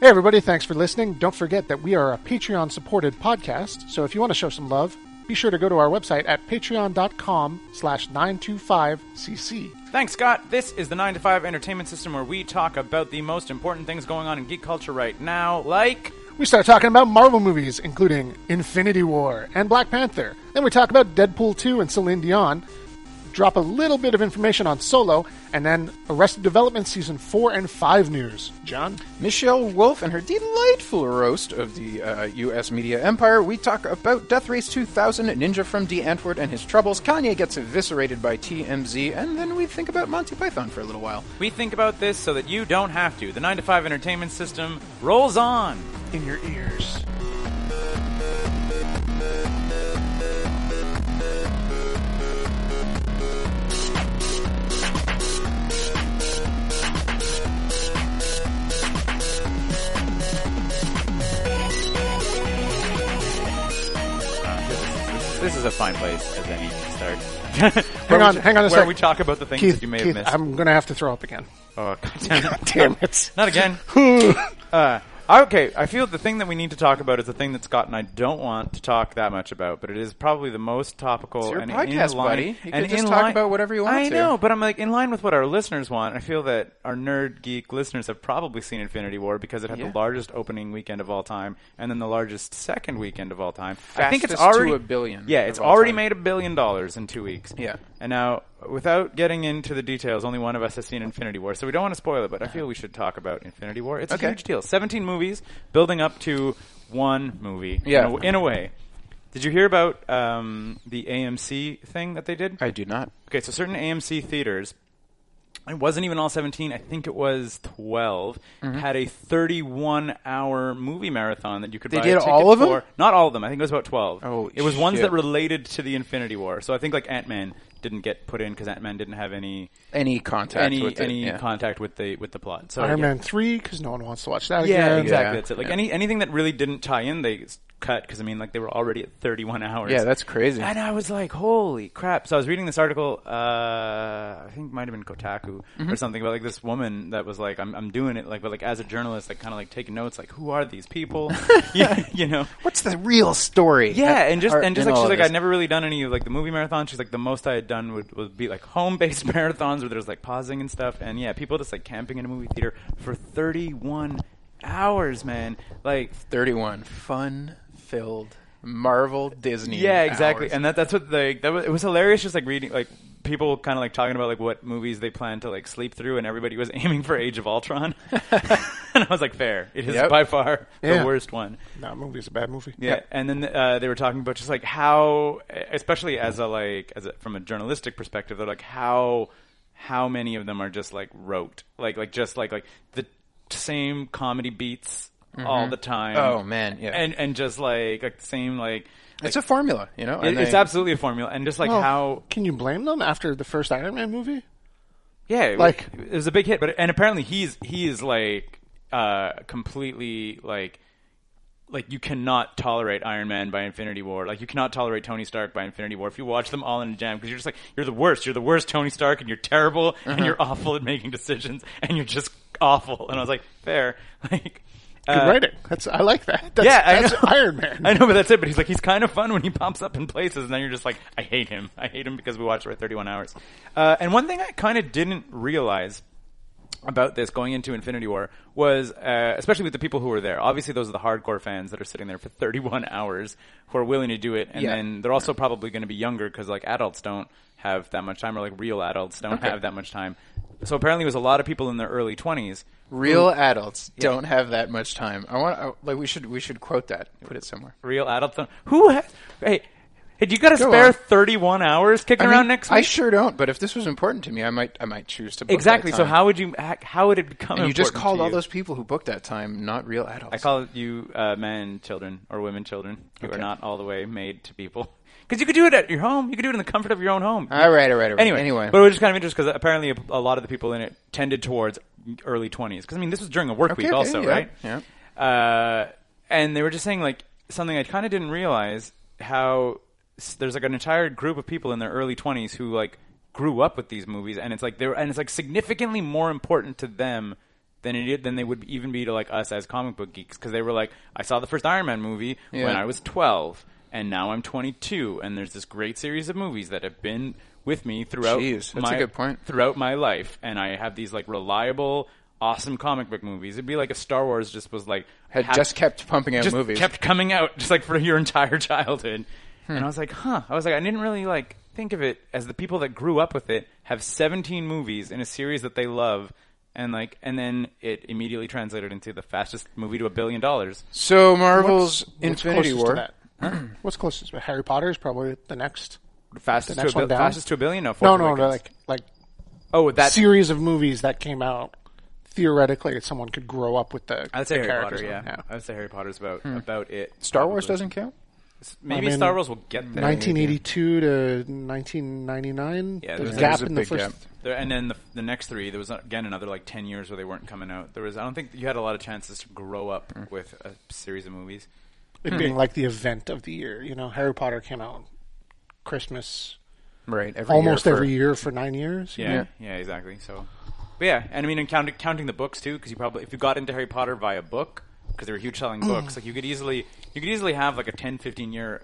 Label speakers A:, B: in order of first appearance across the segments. A: Hey, everybody, thanks for listening. Don't forget that we are a Patreon supported podcast, so if you want to show some love, be sure to go to our website at patreon.com slash 925cc.
B: Thanks, Scott. This is the 9 to 5 entertainment system where we talk about the most important things going on in geek culture right now, like.
A: We start talking about Marvel movies, including Infinity War and Black Panther. Then we talk about Deadpool 2 and Celine Dion, drop a little bit of information on Solo, and then Arrested Development Season 4 and 5 news. John?
C: Michelle Wolf and her delightful roast of the uh, U.S. media empire. We talk about Death Race 2000, Ninja from D. Antwoord and his troubles. Kanye gets eviscerated by TMZ, and then we think about Monty Python for a little while.
B: We think about this so that you don't have to. The 9 to 5 entertainment system rolls on.
A: In your ears.
B: This is a fine place as any to start.
A: Hang on, hang on a
B: Where
A: sec.
B: we talk about the things
A: Keith,
B: that you may
A: Keith,
B: have missed.
A: I'm going to have to throw up again.
B: Oh, God damn it.
A: Damn it.
B: Not again. uh, okay, I feel the thing that we need to talk about is the thing that Scott and I don't want to talk that much about, but it is probably the most topical
C: your
B: and
C: podcast,
B: in line,
C: buddy. You
B: and
C: can just
B: in
C: talk
B: line-
C: about whatever you want
B: I
C: to.
B: know, but I'm like in line with what our listeners want. I feel that our nerd geek listeners have probably seen Infinity War because it had
C: Yeah.
B: the largest opening weekend of all time, and then the largest second weekend of all time. I think it's
C: Fastest to
B: already
C: a billion
B: Yeah,
C: of
B: it's
C: all
B: already
C: time.
B: made a billion dollars in two weeks.
C: Yeah.
B: And now, without getting into the details, only one of us has seen Infinity War, so we don't want to spoil it, but I feel we should talk about Infinity War. It's
C: Okay.
B: a huge deal. 17 movies building up to one movie. in
C: Yeah.
B: a- In a, way. Did you hear about um, the AMC thing that they did?
C: I do not.
B: Okay, so certain AMC theaters, it wasn't even all 17, I think it was 12,
C: Mm-hmm.
B: had a 31 hour movie marathon that you could
C: They
B: buy a
C: did
B: ticket
C: all of 'em?
B: for. Not all of them, I think it was about 12.
C: Oh,
B: it was ones
C: shit.
B: that related to the Infinity War. So I think like Ant-Man didn't get put in because Ant-Man didn't have any
C: Any contact
B: any
C: with it,
B: any
C: yeah.
B: contact with the with the plot. So
A: Iron
B: Oh, yeah.
A: Man 3, because no one wants to watch that
B: Yeah,
A: again.
B: exactly.
C: Yeah.
B: That's it. Like
C: Yeah.
B: any anything that really didn't tie in, they s- cut because I mean, like they were already at 31 hours.
C: Yeah, that's crazy.
B: And I was like, holy crap! So I was reading this article. Uh, I think it might have been Kotaku
C: Mm-hmm.
B: or something about like this woman that was like, I'm, I'm doing it like, but like as a journalist, like kind of like taking notes, like who are these people? yeah, you know.
C: What's the real story?
B: Yeah,
C: at-
B: and just
C: or-
B: and just
C: in
B: like
C: all
B: she's like
C: of this?
B: I'd never really done any of like the movie marathons. She's like the most I had done would, would be like home based marathons where there's like pausing and stuff. And yeah, people just like camping in a movie theater for 31 hours, man. Like
C: 31 fun filled Marvel Disney.
B: yeah, exactly.
C: hours.
B: And that that's what they that was, it was hilarious. Just like reading like people kind of like talking about like what movies they plan to like sleep through, and everybody was aiming for Age of Ultron. and I was like, fair. It is
C: Yep.
B: by far
A: Yeah.
B: the worst one.
A: No, movie's a bad movie.
B: Yeah, and then uh, they were talking about just like how, especially as a like as a, from a journalistic perspective, they're like how how many of them are just like rote, like like just like like the same comedy beats all the time.
C: Oh, man, yeah.
B: and and just like like the same like.
C: it's a formula, you know.
B: it-
C: and
B: it's
C: they-
B: absolutely a formula, and just like
A: Well,
B: how
A: Oh, Can you blame them after the first Iron Man movie?
B: Yeah, it
A: Like-
B: was, it was a big hit, but and apparently he's he is like uh completely like like you cannot tolerate Iron Man by Infinity War. Like you cannot tolerate Tony Stark by Infinity War. If you watch them all in a jam, because you're just like you're the worst. You're the worst Tony Stark, and you're terrible,
C: Uh-huh.
B: and you're awful at making decisions, and you're just awful. And I was like, fair, like.
A: Good
B: uh,
A: writing. That's I like that. That's,
B: yeah, I
A: that's
B: know.
A: Iron Man.
B: I know, but that's it. But he's like, he's kind of fun when he pops up in places, and then you're just like, I hate him. I hate him because we watched it for 31 hours. Uh, and one thing I kind of didn't realize about this going into Infinity War was, uh, especially with the people who were there. Obviously, those are the hardcore fans that are sitting there for 31 hours who are willing to do it, and
C: Yeah.
B: then they're also probably going to be younger because like adults don't have that much time, or like real adults don't have that much time. So apparently, it was a lot of people in their early 20s.
C: Real adults don't have that much time. I want I, like we should we should quote that. Put it somewhere.
B: real adult film. Who has? Hey, hey, you got to
C: Go
B: spare
C: on.
B: 31 hours kicking
C: I mean,
B: around next week?
C: I sure don't. But if this was important to me, I might I might choose to book
B: exactly.
C: That
B: So
C: time.
B: how would you? ha- How would it become?
C: And you just
B: important
C: called
B: to
C: all
B: you?
C: those people who booked that time not real adults.
B: I call you uh, men, children, or women, children who are
C: Okay.
B: not all the way made to people. Because you could do it at your home. You could do it in the comfort of your own home.
C: All right, all right, all right.
B: Anyway,
C: Anyway.
B: but it was just kind of interesting because apparently a, a lot of the people in it tended towards early twenties. Because I mean, this was during a work
C: Okay,
B: week,
C: okay,
B: also,
C: yeah,
B: right?
C: yeah.
B: Uh, and they were just saying like something I kind of didn't realize how s- there's like an entire group of people in their early 20s who like grew up with these movies and it's like they're and it's like significantly more important to them than it, than they would even be to like us as comic book geeks because they were like, I saw the first Iron Man movie
C: Yeah.
B: when I was twelve, and now I'm 22, and there's this great series of movies that have been with me throughout
C: Jeez, that's a
B: my
C: good point.
B: throughout my life, and I have these like reliable. Awesome comic book movies. It'd be like if Star Wars just was like
C: Had
B: half-
C: just kept pumping out
B: just
C: movies.
B: kept coming out just like for your entire childhood. And I was like, huh. I was like, I didn't really like think of it as the people that grew up with it have 17 movies in a series that they love. And like, and then it immediately translated into the fastest movie to a billion dollars.
C: So Marvel's Infinity
A: closest
C: War.
A: To that? what's closest? But Harry Potter is probably the next. The
B: Fastest, to a,
A: next
B: bil-
A: one down?
B: fastest to a billion? No,
A: No,
B: Force
A: no, no,
B: Awakens.
A: like like
B: oh, that
A: series of movies that came out theoretically, someone could grow up with the.
B: I'd say
A: the
B: Harry Potter.
A: characters
B: Yeah.
A: now.
B: I would say Harry Potter's about about it.
C: Star Wars
B: probably.
C: doesn't count.
B: Maybe
A: I mean,
B: Star Wars will get there.
A: 1982 to 1999.
B: Yeah,
A: there's
B: there's
A: a
B: a-
A: gap
C: there's a
A: in the
C: big
A: first.
C: gap.
B: There, and then the, the next three, there was again another like ten years where they weren't coming out. There was I don't think you had a lot of chances to grow up
C: Mm.
B: with a series of movies.
A: It being like the event of the year. You know, Harry Potter came out Christmas
C: Right. Every
A: almost
C: year for-
A: every year for nine years.
B: Yeah, yeah, exactly. So, but yeah, and I mean, and count, counting the books too, because you probably if you got into Harry Potter via book, because they were huge
C: Mm.
B: selling books, like you could easily you could easily have like a 10, 15 year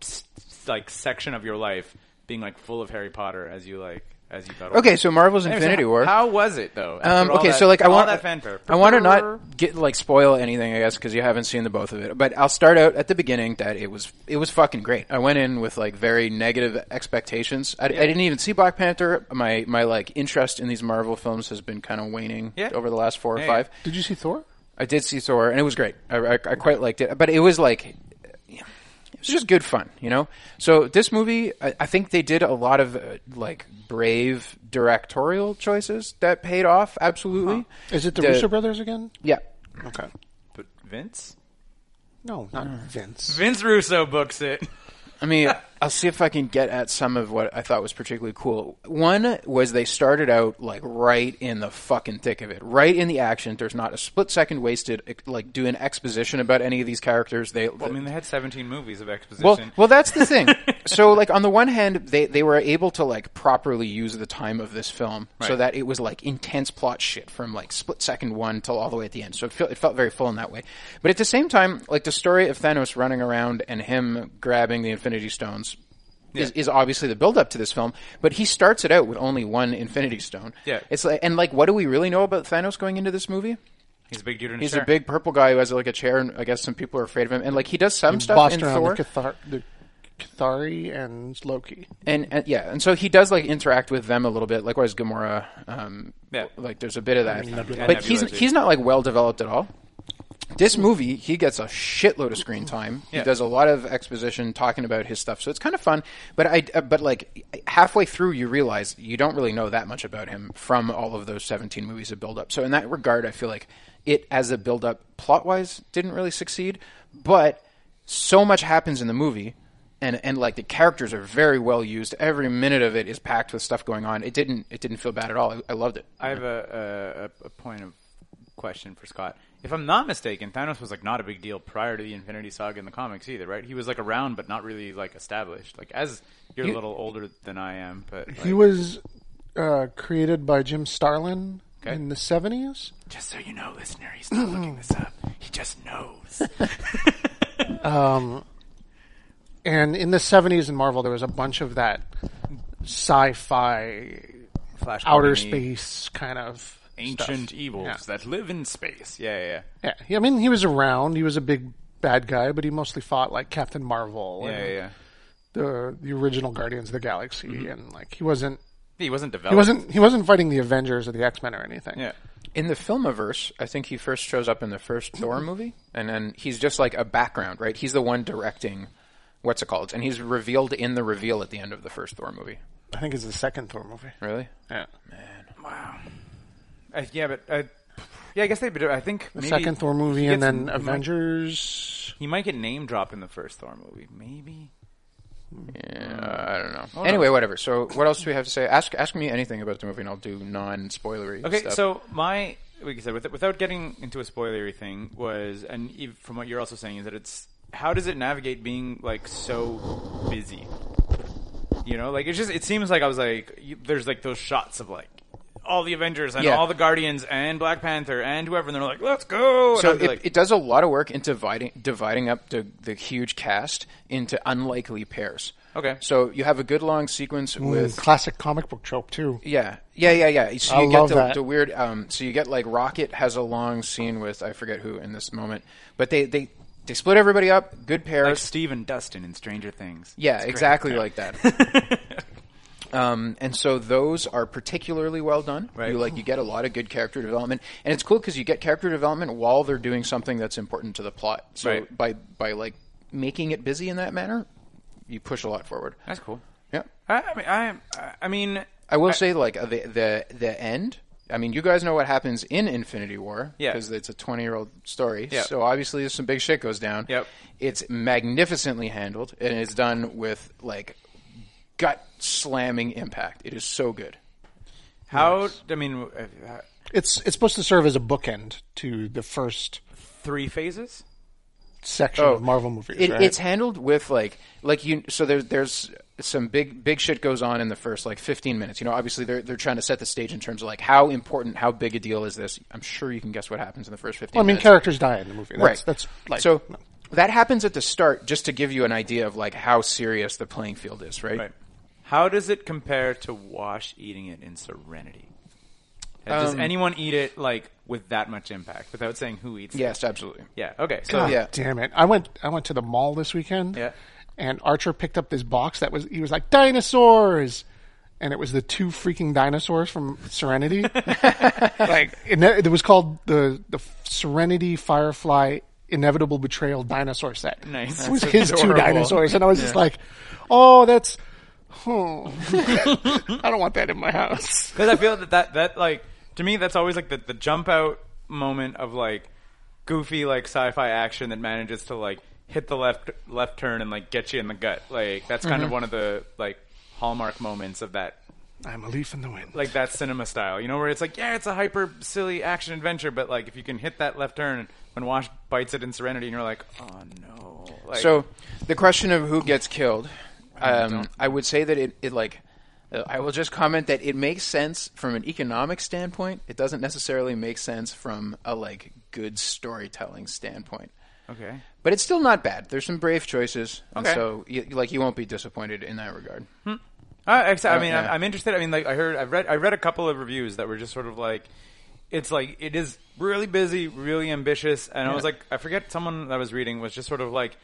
B: s- s- like section of your life being like full of Harry Potter as you like as you got older.
C: Okay, so Marvel's
B: Anyways,
C: Infinity
B: how-
C: War.
B: How was it though?
C: Um,
B: after all
C: okay,
B: that-
C: so like I
B: all
C: want
B: that fanfare.
C: I want to not get like spoil anything, I guess, because you haven't seen the both of it. But I'll start out at the beginning that it was it was fucking great. I went in with like very negative expectations. I, I didn't even see Black Panther. My my like interest in these Marvel films has been kind of waning
B: Yeah.
C: over the last four or
B: Yeah, yeah.
C: five.
A: Did you see Thor?
C: I did see Thor, and it was great. I, I, I quite liked it, but it was like it was just good fun, you know. So this movie, I, I think they did a lot of uh, like brave directorial choices that paid off absolutely.
A: Is it the,
C: The-
A: Russo brothers again?
C: Yeah.
A: Okay.
B: But Vince.
A: No, not Vince.
B: Vince Russo books it.
C: I mean, I'll see if I can get at some of what I thought was particularly cool. One was they started out like right in the fucking thick of it, right in the action. There's not a split second wasted, ex- like doing exposition about any of these characters. They,
B: I mean, they had 17 movies of exposition.
C: well, well, that's the thing. so, like, on the one hand, they, they were able to like properly use the time of this film, so
B: Right.
C: that it was like intense plot shit from like split second one till all the way at the end. So it, felt it felt very full in that way. But at the same time, like the story of Thanos running around and him grabbing the Infinity Stones. Is, is obviously the build up to this film, but he starts it out with only one Infinity Stone.
B: Yeah.
C: it's like, and like, what do we really know about Thanos going into this movie?
B: he's a big dude in
C: He's
B: chair.
C: a big purple guy who has like a chair, and I guess some people are afraid of him. And like, he does some stuff
A: Bossed
C: in
A: around
C: Thor.
A: the, Cathar- the Cathari and Loki.
C: and, and yeah, and so he does like interact with them a little bit. Likewise, Gamora, um,
B: Yeah.
C: like there's a bit of that,
A: Nebula.
C: but he's
B: Nebula, too.
C: he's not like well developed at all. This movie, he gets a shitload of screen time. He
B: Yeah.
C: does a lot of exposition talking about his stuff, so it's kind of fun. But I, uh, but like halfway through, you realize you don't really know that much about him from all of those seventeen movies of build up. So in that regard, I feel like it as a build up plot wise didn't really succeed, but so much happens in the movie and and like the characters are very well used. Every minute of it is packed with stuff going on. It didn't it didn't feel bad at all. I, I loved it.
B: I have a, a a- a point of question for Scott. If I'm not mistaken, Thanos was like not a big deal prior to the Infinity Saga in the comics either, right? He was like around but not really like established. Like as you're a little older than I am, but like,
A: He was uh, created by Jim Starlin
B: Okay.
A: in the 70s.
B: just so you know, listener, he's not looking this up. He just knows.
A: And in the 70s in Marvel, there was a bunch of that sci fi,
B: Flash
A: outer
B: Gordon-y,
A: space kind of.
B: ancient
A: stuff.
B: evils
A: Yeah.
B: that live in space. Yeah, yeah, yeah.
A: Yeah, he- I mean, he was around. He was a big bad guy, but he mostly fought like Captain Marvel
B: Yeah,
A: and
B: yeah, Mm-hmm. yeah.
A: the the original Guardians of the Galaxy, and like he wasn't
B: He wasn't developed.
A: he wasn't he wasn't fighting the Avengers or the X Men or anything.
B: Yeah.
C: In the filmiverse, I think he first shows up in the first Thor movie, and then he's just like a background, right? He's the one directing what's it called, and he's revealed in the reveal at the end of the first Thor movie.
A: I think it's the second Thor movie.
C: Really?
A: Yeah,
B: Wow. Uh, yeah, but uh, yeah, I guess they. I think
A: the
B: maybe
A: second Thor movie,
B: he
A: and
B: gets-
A: then
B: he might-
A: Avengers.
B: He might get name dropped in the first Thor movie, maybe.
C: Yeah, I don't know. anyway, whatever. So, what else do we have to say? Ask ask me anything about the movie, and I'll do non spoilery.
B: Okay, so my like I said, with, without getting into a spoilery thing, was and ev from what you're also saying is that it's how does it navigate being like so busy? You know, like it's just it seems like I was like you, there's like those shots of like all the Avengers and
C: Yeah.
B: all the Guardians and Black Panther and whoever, and they're like, let's go. And
C: So
B: I'd be
C: it,
B: like,
C: it does a lot of work in dividing dividing up the, the huge cast into unlikely pairs.
B: Okay.
C: So you have a good long sequence
B: Mm.
C: with
A: classic comic book trope too.
C: Yeah, yeah, yeah, yeah. So
A: I
C: you get
A: love
C: the,
A: that.
C: the weird. Um, so you get like Rocket has a long scene with I forget who in this moment, but they they they split everybody up. Good pairs.
B: like Steve and Dustin in Stranger Things.
C: yeah, exactly like that. um, and so those are particularly well done.
B: Right.
C: You like you get a lot of good character development, and it's cool because you get character development while they're doing something that's important to the plot. So
B: Right.
C: by by like making it busy in that manner, you push a lot forward.
B: That's cool.
C: Yeah.
B: I, I mean, I, I- I mean,
C: I will say, like uh, the the the end. I mean, you guys know what happens in Infinity War
B: Yeah.
C: because it's a twenty-year-old story.
B: Yeah.
C: So obviously, there's some big shit goes down.
B: Yep.
C: It's magnificently handled, and it's done with like gut slamming impact. It is so good.
B: how? I mean, uh, uh,
A: It's it's supposed to serve as a bookend to the first
B: three phases.
A: section
B: Oh.
A: of Marvel movies.
C: It,
A: right?
C: It's handled with like like you. So there's there's some big big shit goes on in the first like 15 minutes. You know, obviously they're they're trying to set the stage in terms of like how important, how big a deal is this. I'm sure you can guess what happens in the first 15.
A: I mean,
C: minutes.
A: characters die in the movie. That's,
C: right.
A: That's like ah,
C: so that happens at the start, just to give you an idea of like how serious the playing field is, right?
B: Right. How does it compare to Wash eating it in Serenity? Uh,
C: Um,
B: does anyone eat it like with that much impact without saying who eats it?
C: Yes, absolutely.
B: Yeah. Okay. So
A: God
C: yeah.
A: damn it! I went I went to the mall this weekend.
B: Yeah.
A: And Archer picked up this box that was he was like dinosaurs, and it was the two freaking dinosaurs from Serenity. like it, it was called the the Serenity Firefly Inevitable Betrayal Dinosaur Set.
B: Nice.
A: It was
B: That's
A: his two
B: adorable.
A: dinosaurs, and I was just like, oh, that's. Oh, I don't want that in my house.
B: Because I feel that, that that like to me that's always like the the jump out moment of like goofy like sci-fi action that manages to like hit the left left turn and like get you in the gut. Like that's kind of one of the like hallmark moments of that
A: I'm a leaf in the wind.
B: like that cinema style. You know where it's like yeah, it's a hyper silly action adventure, but like if you can hit that left turn when Wash bites it in Serenity, and you're like, oh no. Like,
C: So the question of who gets killed, um, I would say that it, it like. uh, I will just comment that it makes sense from an economic standpoint. It doesn't necessarily make sense from a like good storytelling standpoint.
B: okay.
C: But it's still not bad. There's some brave choices, and
B: Okay.
C: so you, like you won't be disappointed in that regard.
B: Uh, ex- I mean,
C: yeah.
B: I'm, I'm interested. I mean, like I heard, I've read, I read a couple of reviews that were just sort of like, it's like it is really busy, really ambitious, and I was like, I forget someone that I was reading was just sort of like,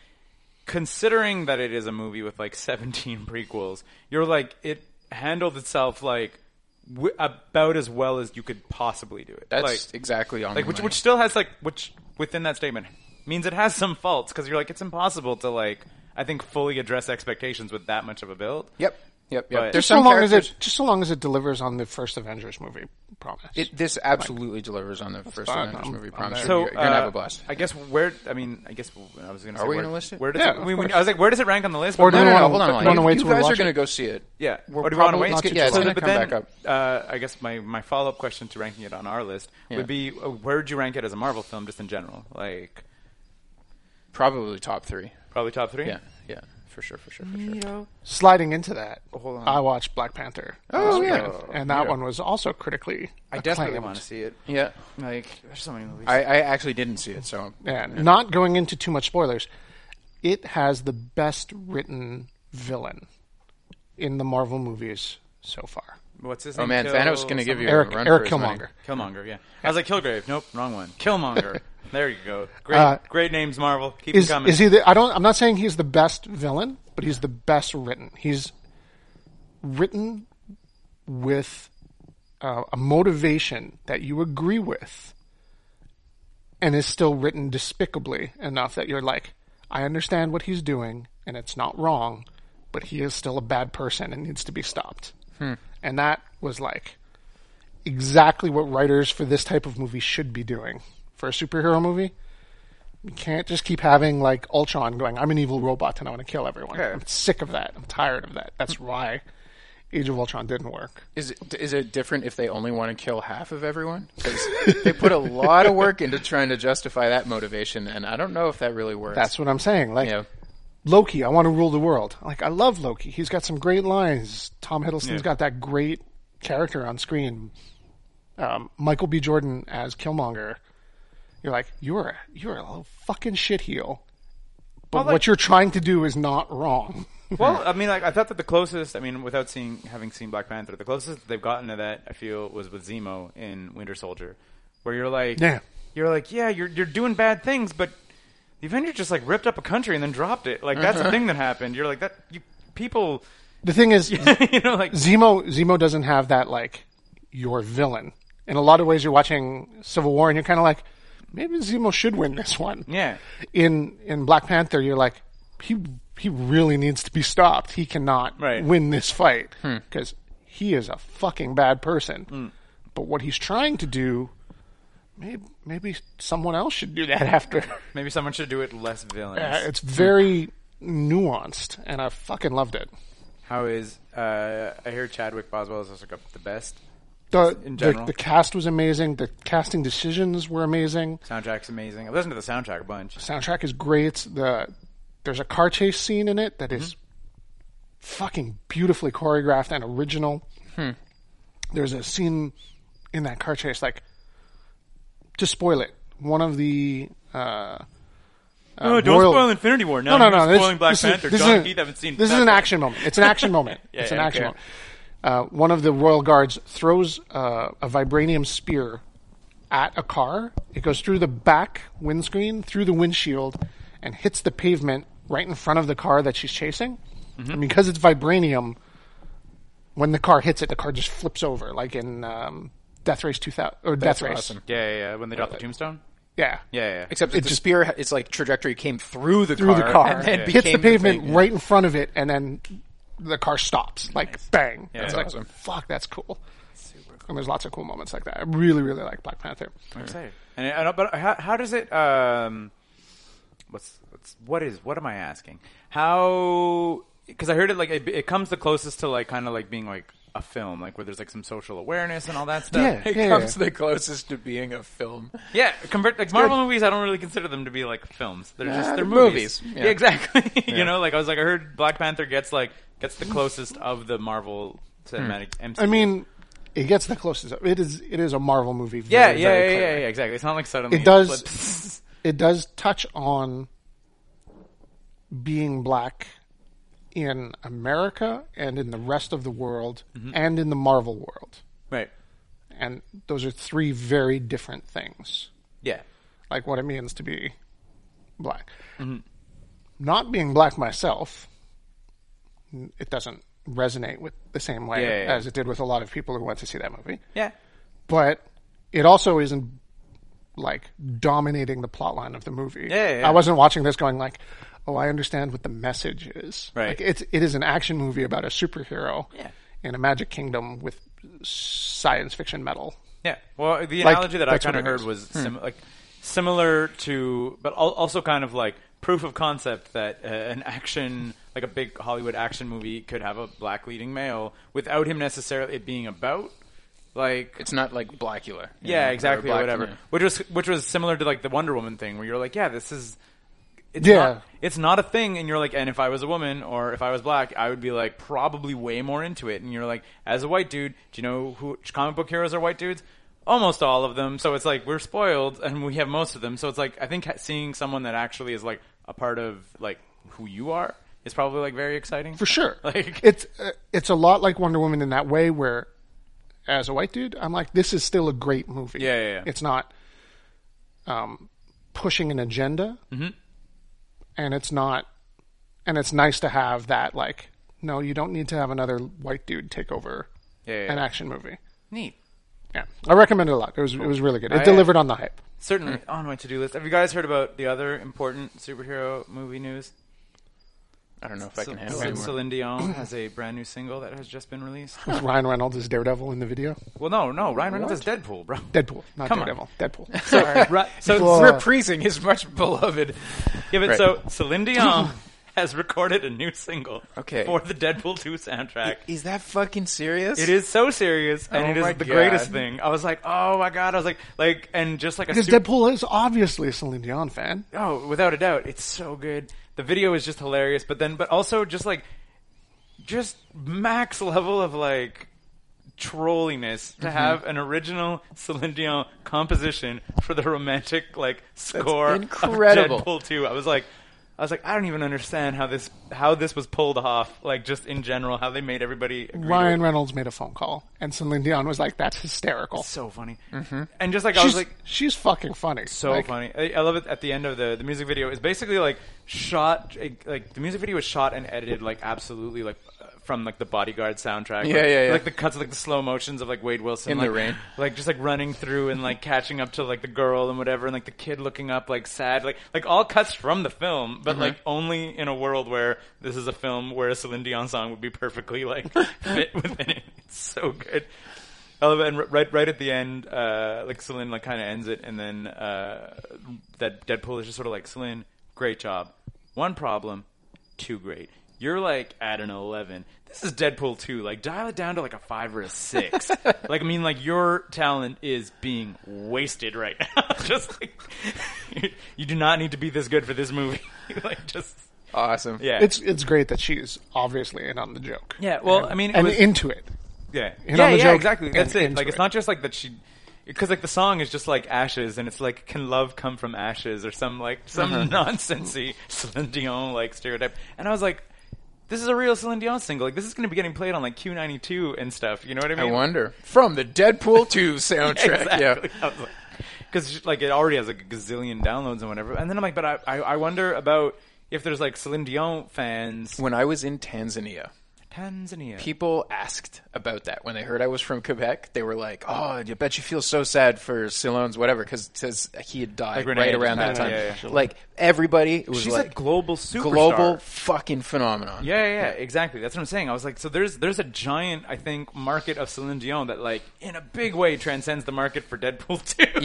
B: considering that it is a movie with like 17 prequels, you're like it handled itself like w- about as well as you could possibly do it.
C: That's
B: like,
C: exactly on
B: like
C: the
B: which
C: money.
B: which still has like which within that statement means it has some faults because you're like it's impossible to like I think fully address expectations with that much of a build.
C: Yep, yep, yep.
B: But-
C: There's
A: Just so
C: some
A: long as
C: characters-
A: it just so long as it delivers on the first Avengers movie promise.
C: It, this absolutely delivers on the first
A: fine.
C: Avengers
A: I'm-
C: movie
A: I'm
C: promise.
A: there.
B: So
C: you're, you're gonna
B: uh,
C: have a blast.
B: I guess where I mean I guess I was gonna. Are say
C: we
B: where-
C: gonna list it?
B: Where does
A: Yeah,
B: it,
A: of
B: we, we-
A: course.
B: I was like, where does it rank on the list?
A: Or
B: But-
A: do you
C: no, no, no,
A: wanna-
C: hold on.
A: you
C: Hold on.
A: wanna wait
C: you
A: till we
C: guys are
A: watch
C: gonna
A: it?
C: go see it.
B: yeah.
C: We're-
B: Or do we
C: we're
B: want to
C: probably
B: wait?
C: not
B: to-
C: too- yeah, it's
B: so
C: gonna
B: but
C: come
B: then,
C: back up.
B: Uh, I guess my, my follow up question to ranking it on our list would be uh, where would you rank it as a Marvel film just in general? Like
C: Probably top three.
B: probably top three.
C: Yeah, yeah, for sure, for sure, for sure.
A: Sliding into that,
B: Hold on.
A: I watched Black Panther.
C: Oh,
A: Uh,
C: yeah.
A: and that
C: Yeah.
A: one was also critically.
B: I desperately
A: acclaimed.
B: want to see it.
C: Yeah,
B: Like there's so many movies.
C: I, I actually didn't see it, so
A: Yeah, not going into too much spoilers. It has the best written villain in the Marvel movies so far.
B: What's his
C: Oh,
B: name?
C: man,
B: Kill
C: Thanos is gonna give
B: something?
C: you- Yeah,
A: Eric
C: run
A: Eric
C: for his money.
A: Killmonger.
B: Killmonger. Yeah. I was like Killgrave. Nope, wrong one. Killmonger. there you go. Great,
A: Uh,
B: great names, Marvel. Keep 'em
A: Is
B: coming.
A: is he? The, I don't. I'm not saying he's the best villain, but he's the best written. He's written with uh, a motivation that you agree with, and is still written despicably enough that you're like, I understand what he's doing, and it's not wrong, but he is still a bad person and needs to be stopped. And that was like exactly what writers for this type of movie should be doing for a superhero movie. You can't just keep having like Ultron going, I'm an evil robot and I want to kill everyone.
C: Yeah.
A: I'm sick of that. I'm tired of that. That's why Age of Ultron didn't work.
C: is it is it different if they only want to kill half of everyone? Because they put a lot of work into trying to justify that motivation, and I don't know if that really works.
A: That's what I'm saying. Like
C: Yeah.
A: Loki, I want to rule the world. Like I love Loki. He's got some great lines. Tom Hiddleston's
B: Yeah.
A: got that great character on screen. um, Michael B. Jordan as Killmonger, you're like, you're a, you're a little fucking shitheel. But
B: Well, like-
A: what you're trying to do is not wrong.
B: Well, I mean, like I thought that the closest, I mean, without seeing having seen Black Panther, the closest they've gotten to that I feel was with Zemo in Winter Soldier, where you're like,
A: Yeah.
B: you're like, yeah, you're you're doing bad things, but the Avengers just like ripped up a country and then dropped it. Like that's
A: Uh-huh.
B: the thing that happened. You're like that you people,
A: the thing is,
B: you know, like
A: Zemo Zemo doesn't have that like your villain. In a lot of ways, you're watching Civil War and you're kind of like, maybe Zemo should win this one.
B: yeah,
A: In in Black Panther, you're like, he he really needs to be stopped. He cannot
B: Right. Hmm.
A: win this fight because he is a fucking bad person. But what he's trying to do, maybe maybe someone else should do that after.
B: maybe someone should do it less
A: Uh,
B: villainous.
A: it's very nuanced, and I fucking loved it.
B: How is uh, I hear Chadwick Boswell is also got the best
A: The, the
B: in general.
A: the cast was amazing. The casting decisions were amazing.
B: soundtrack's amazing. I listened to the soundtrack a bunch.
A: soundtrack is great. The there's a car chase scene in it that is fucking beautifully choreographed and original. There's a scene in that car chase, like to spoil it. One of the uh,
B: oh, don't
A: Royal-
B: spoil Infinity War. No,
A: no, no, no.
B: you're
A: this-
B: spoiling Black
A: this is-
B: Panther.
A: this
B: John
A: isn't-
B: Keith haven't seen.
A: This is an
B: Black-
A: action moment. It's an action moment.
B: Yeah,
A: it's
B: yeah,
A: an
B: I
A: action
B: care.
A: moment. Uh, one of the royal guards throws uh, a vibranium spear at a car. It goes through the back windscreen, through the windshield, and hits the pavement right in front of the car that she's chasing.
B: Mm-hmm.
A: And because it's vibranium, when the car hits it, the car just flips over, like in um, Death Race 2000 or Death Race.
C: awesome.
B: Yeah, yeah, yeah. When they drop the tombstone.
A: Yeah,
B: Yeah, yeah.
C: Except that
A: It
C: the
A: just-
C: spear, its like trajectory came through the
A: through
C: car,
A: the car,
C: and then
B: Yeah.
A: hits
C: became
A: the pavement
C: thing.
A: right in front of it, and then the car stops. Like bang!
B: Yeah.
A: it's
B: That's
A: like
C: awesome.
A: fuck, that's cool. And there's lots of cool moments like that. I really, really like Black Panther.
B: I'm excited. And, and but how, how does it? Um, what's, what's what is what am I asking? How? Because I heard it like it, it comes the closest to like kind of like being like a film, like where there's like some social awareness and all that stuff.
A: Yeah.
C: It comes the closest to being a film.
B: Yeah, convert like Marvel movies. I don't really consider them to be like films. They're just
C: they're
B: they're,
C: movies.
B: movies.
C: Yeah.
B: Yeah, exactly. you know, like I was like I heard Black Panther gets like gets the closest of the Marvel cinematic. MCU.
A: I mean, it gets the closest. It is, it is a Marvel movie. Very,
B: yeah, yeah,
A: very
B: yeah, yeah,
A: clearly.
B: yeah, exactly. It's not like suddenly
A: It does-
B: flips.
A: It does touch on being black in America and in the rest of the world and in the Marvel world,
B: right.
A: and those are three very different things.
B: Yeah.
A: like what it means to be black.
B: Mm-hmm.
A: Not being black myself, n- it doesn't resonate with the same way
B: Yeah, yeah, yeah.
A: as it did with a lot of people who went to see that movie.
B: Yeah.
A: But it also isn't like dominating the plot line of the movie.
B: Yeah, yeah, yeah.
A: I wasn't watching this going like, "Oh, I understand what the message is."
B: Right.
A: Like it's it is an action movie about a superhero
B: Yeah.
A: in a magic kingdom with science fiction metal.
B: Yeah. Well, the
A: Like,
B: analogy that I
A: that's
B: kind of
A: what it
B: heard
A: is. Hmm.
B: was sim- like similar to, but al- also kind of like proof of concept that uh, an action, like a big Hollywood action movie, could have a black leading male without him necessarily it being about like
C: It's not like Blackula. you know,
B: yeah,
C: or
B: exactly, or
C: Black-
B: whatever.
C: yeah.
B: Which was which was similar to like the Wonder Woman thing, where you're like, yeah, this is, it's
A: Yeah.
B: not, it's not a thing, and you're like, and if I was a woman or if I was black, I would be like probably way more into it, and you're like, as a white dude, do you know who which comic book heroes are white dudes? Almost all of them. So it's like we're spoiled, and we have most of them. So it's like I think ha- seeing someone that actually is like a part of like who you are is probably like very exciting
A: for sure.
B: Like-
A: it's uh, it's a lot like Wonder Woman in that way, where as a white dude, I'm like, this is still a great movie.
B: Yeah, yeah, yeah.
A: It's not um, pushing an agenda,
B: Mm-hmm.
A: and it's not, and it's nice to have that. Like, no, you don't need to have another white dude take over
B: Yeah, yeah,
A: an
B: yeah.
A: action movie.
B: Neat.
A: Yeah, I recommend it a lot. It was it was really good. It
B: I-
A: delivered on the hype.
B: Certainly on my to-do list. Have you guys heard about the other important superhero movie news?
C: I don't know if I
B: Cel-
C: can handle
B: Cel-
C: it. anymore.
B: Celine Dion has a brand new single that has just been released.
A: With Ryan Reynolds as Daredevil in the video,
B: Well, no, no, Ryan Reynolds is Deadpool, bro.
A: Deadpool, not
B: Come on.
A: Daredevil, Deadpool.
B: So, Ri- so,
A: Well-
B: yeah,
C: Reprising his much beloved.
B: but
C: Right.
B: so Celine Dion has recorded a new single
C: Okay.
B: for the Deadpool 2 soundtrack.
C: Is that fucking serious?
B: It is so serious, and
C: Oh
B: it is
C: my
B: the
C: God.
B: greatest thing. I was like, oh my god! I was like, like, and just like a
A: Because
B: su-
A: Deadpool is obviously a Celine Dion fan.
B: oh, without a doubt, it's so good. The video is just hilarious, but then, but also just like, just max level of like trolliness to have an original Celine Dion composition for the romantic like score
C: incredible.
B: of Deadpool 2. I was like I was like I don't even understand how this how this was pulled off like just in general how they made everybody agree to
A: Ryan
B: it.
A: Reynolds made a phone call, and Celine Dion was like, "That's hysterical."
B: so funny. And just like I
A: She's
B: was like
A: she's fucking funny.
B: so
A: Like,
B: funny. I, I love it at the end of the the music video. It's basically like shot like the music video was shot and edited like absolutely like uh, from like the bodyguard soundtrack.
C: Yeah,
B: like,
C: yeah, yeah.
B: Like the cuts of like the slow motions of like Wade Wilson
C: In the
B: like,
C: rain.
B: like just like running through and like catching up to like the girl and whatever and like the kid looking up like sad like like all cuts from the film,
C: Mm-hmm.
B: but like only in a world where this is a film where a Celine Dion song would be perfectly like fit within it. It's so good. I love it. And r- right, right at the end, uh, like Celine like kind of ends it, and then uh, that Deadpool is just sort of like Celine, great job. One problem, too great. You're like at an eleven. This is Deadpool two. Like dial it down to like a five or a six. like I mean, like your talent is being wasted right now. just like you, you do not need to be this good for this movie. like just
C: Awesome.
B: yeah,
A: It's it's great that she's obviously in on the joke.
B: yeah. Well, I mean, it
A: and
B: was,
A: into it.
B: Yeah,
A: And
B: yeah,
A: on the
B: yeah,
A: joke
B: exactly.
A: and
B: That's it.
A: into
B: Like, it's
A: it.
B: not just like that she, because like the song is just like ashes, and it's like can love come from ashes or some like some nonsensey Celine Dion like stereotype. And I was like, this is a real Celine Dion single. Like, this is going to be getting played on like Q ninety two and stuff. You know what I
C: I
B: mean?
C: wonder. From the Deadpool 2 soundtrack.
B: exactly.
C: Yeah.
B: Because like it already has like a gazillion downloads and whatever. And then I'm like, but I I, I wonder about if there's like Celine Dion fans
C: When I was in Tanzania,
B: Tanzania.
C: people asked about that when they heard I was from Quebec. They were like, "Oh, you bet you feel so sad for Silone's whatever," because says he had died
B: Like Renee
C: right
B: had
C: around that
B: died,
C: time.
B: yeah, yeah, yeah.
C: Like everybody, it was
B: She's
C: like
B: a global superstar.
C: global fucking phenomenon.
B: Yeah, yeah, yeah, exactly. That's what I'm saying. I was like, so there's there's a giant, I think, market of Celine Dion that like in a big way transcends the market for Deadpool 2.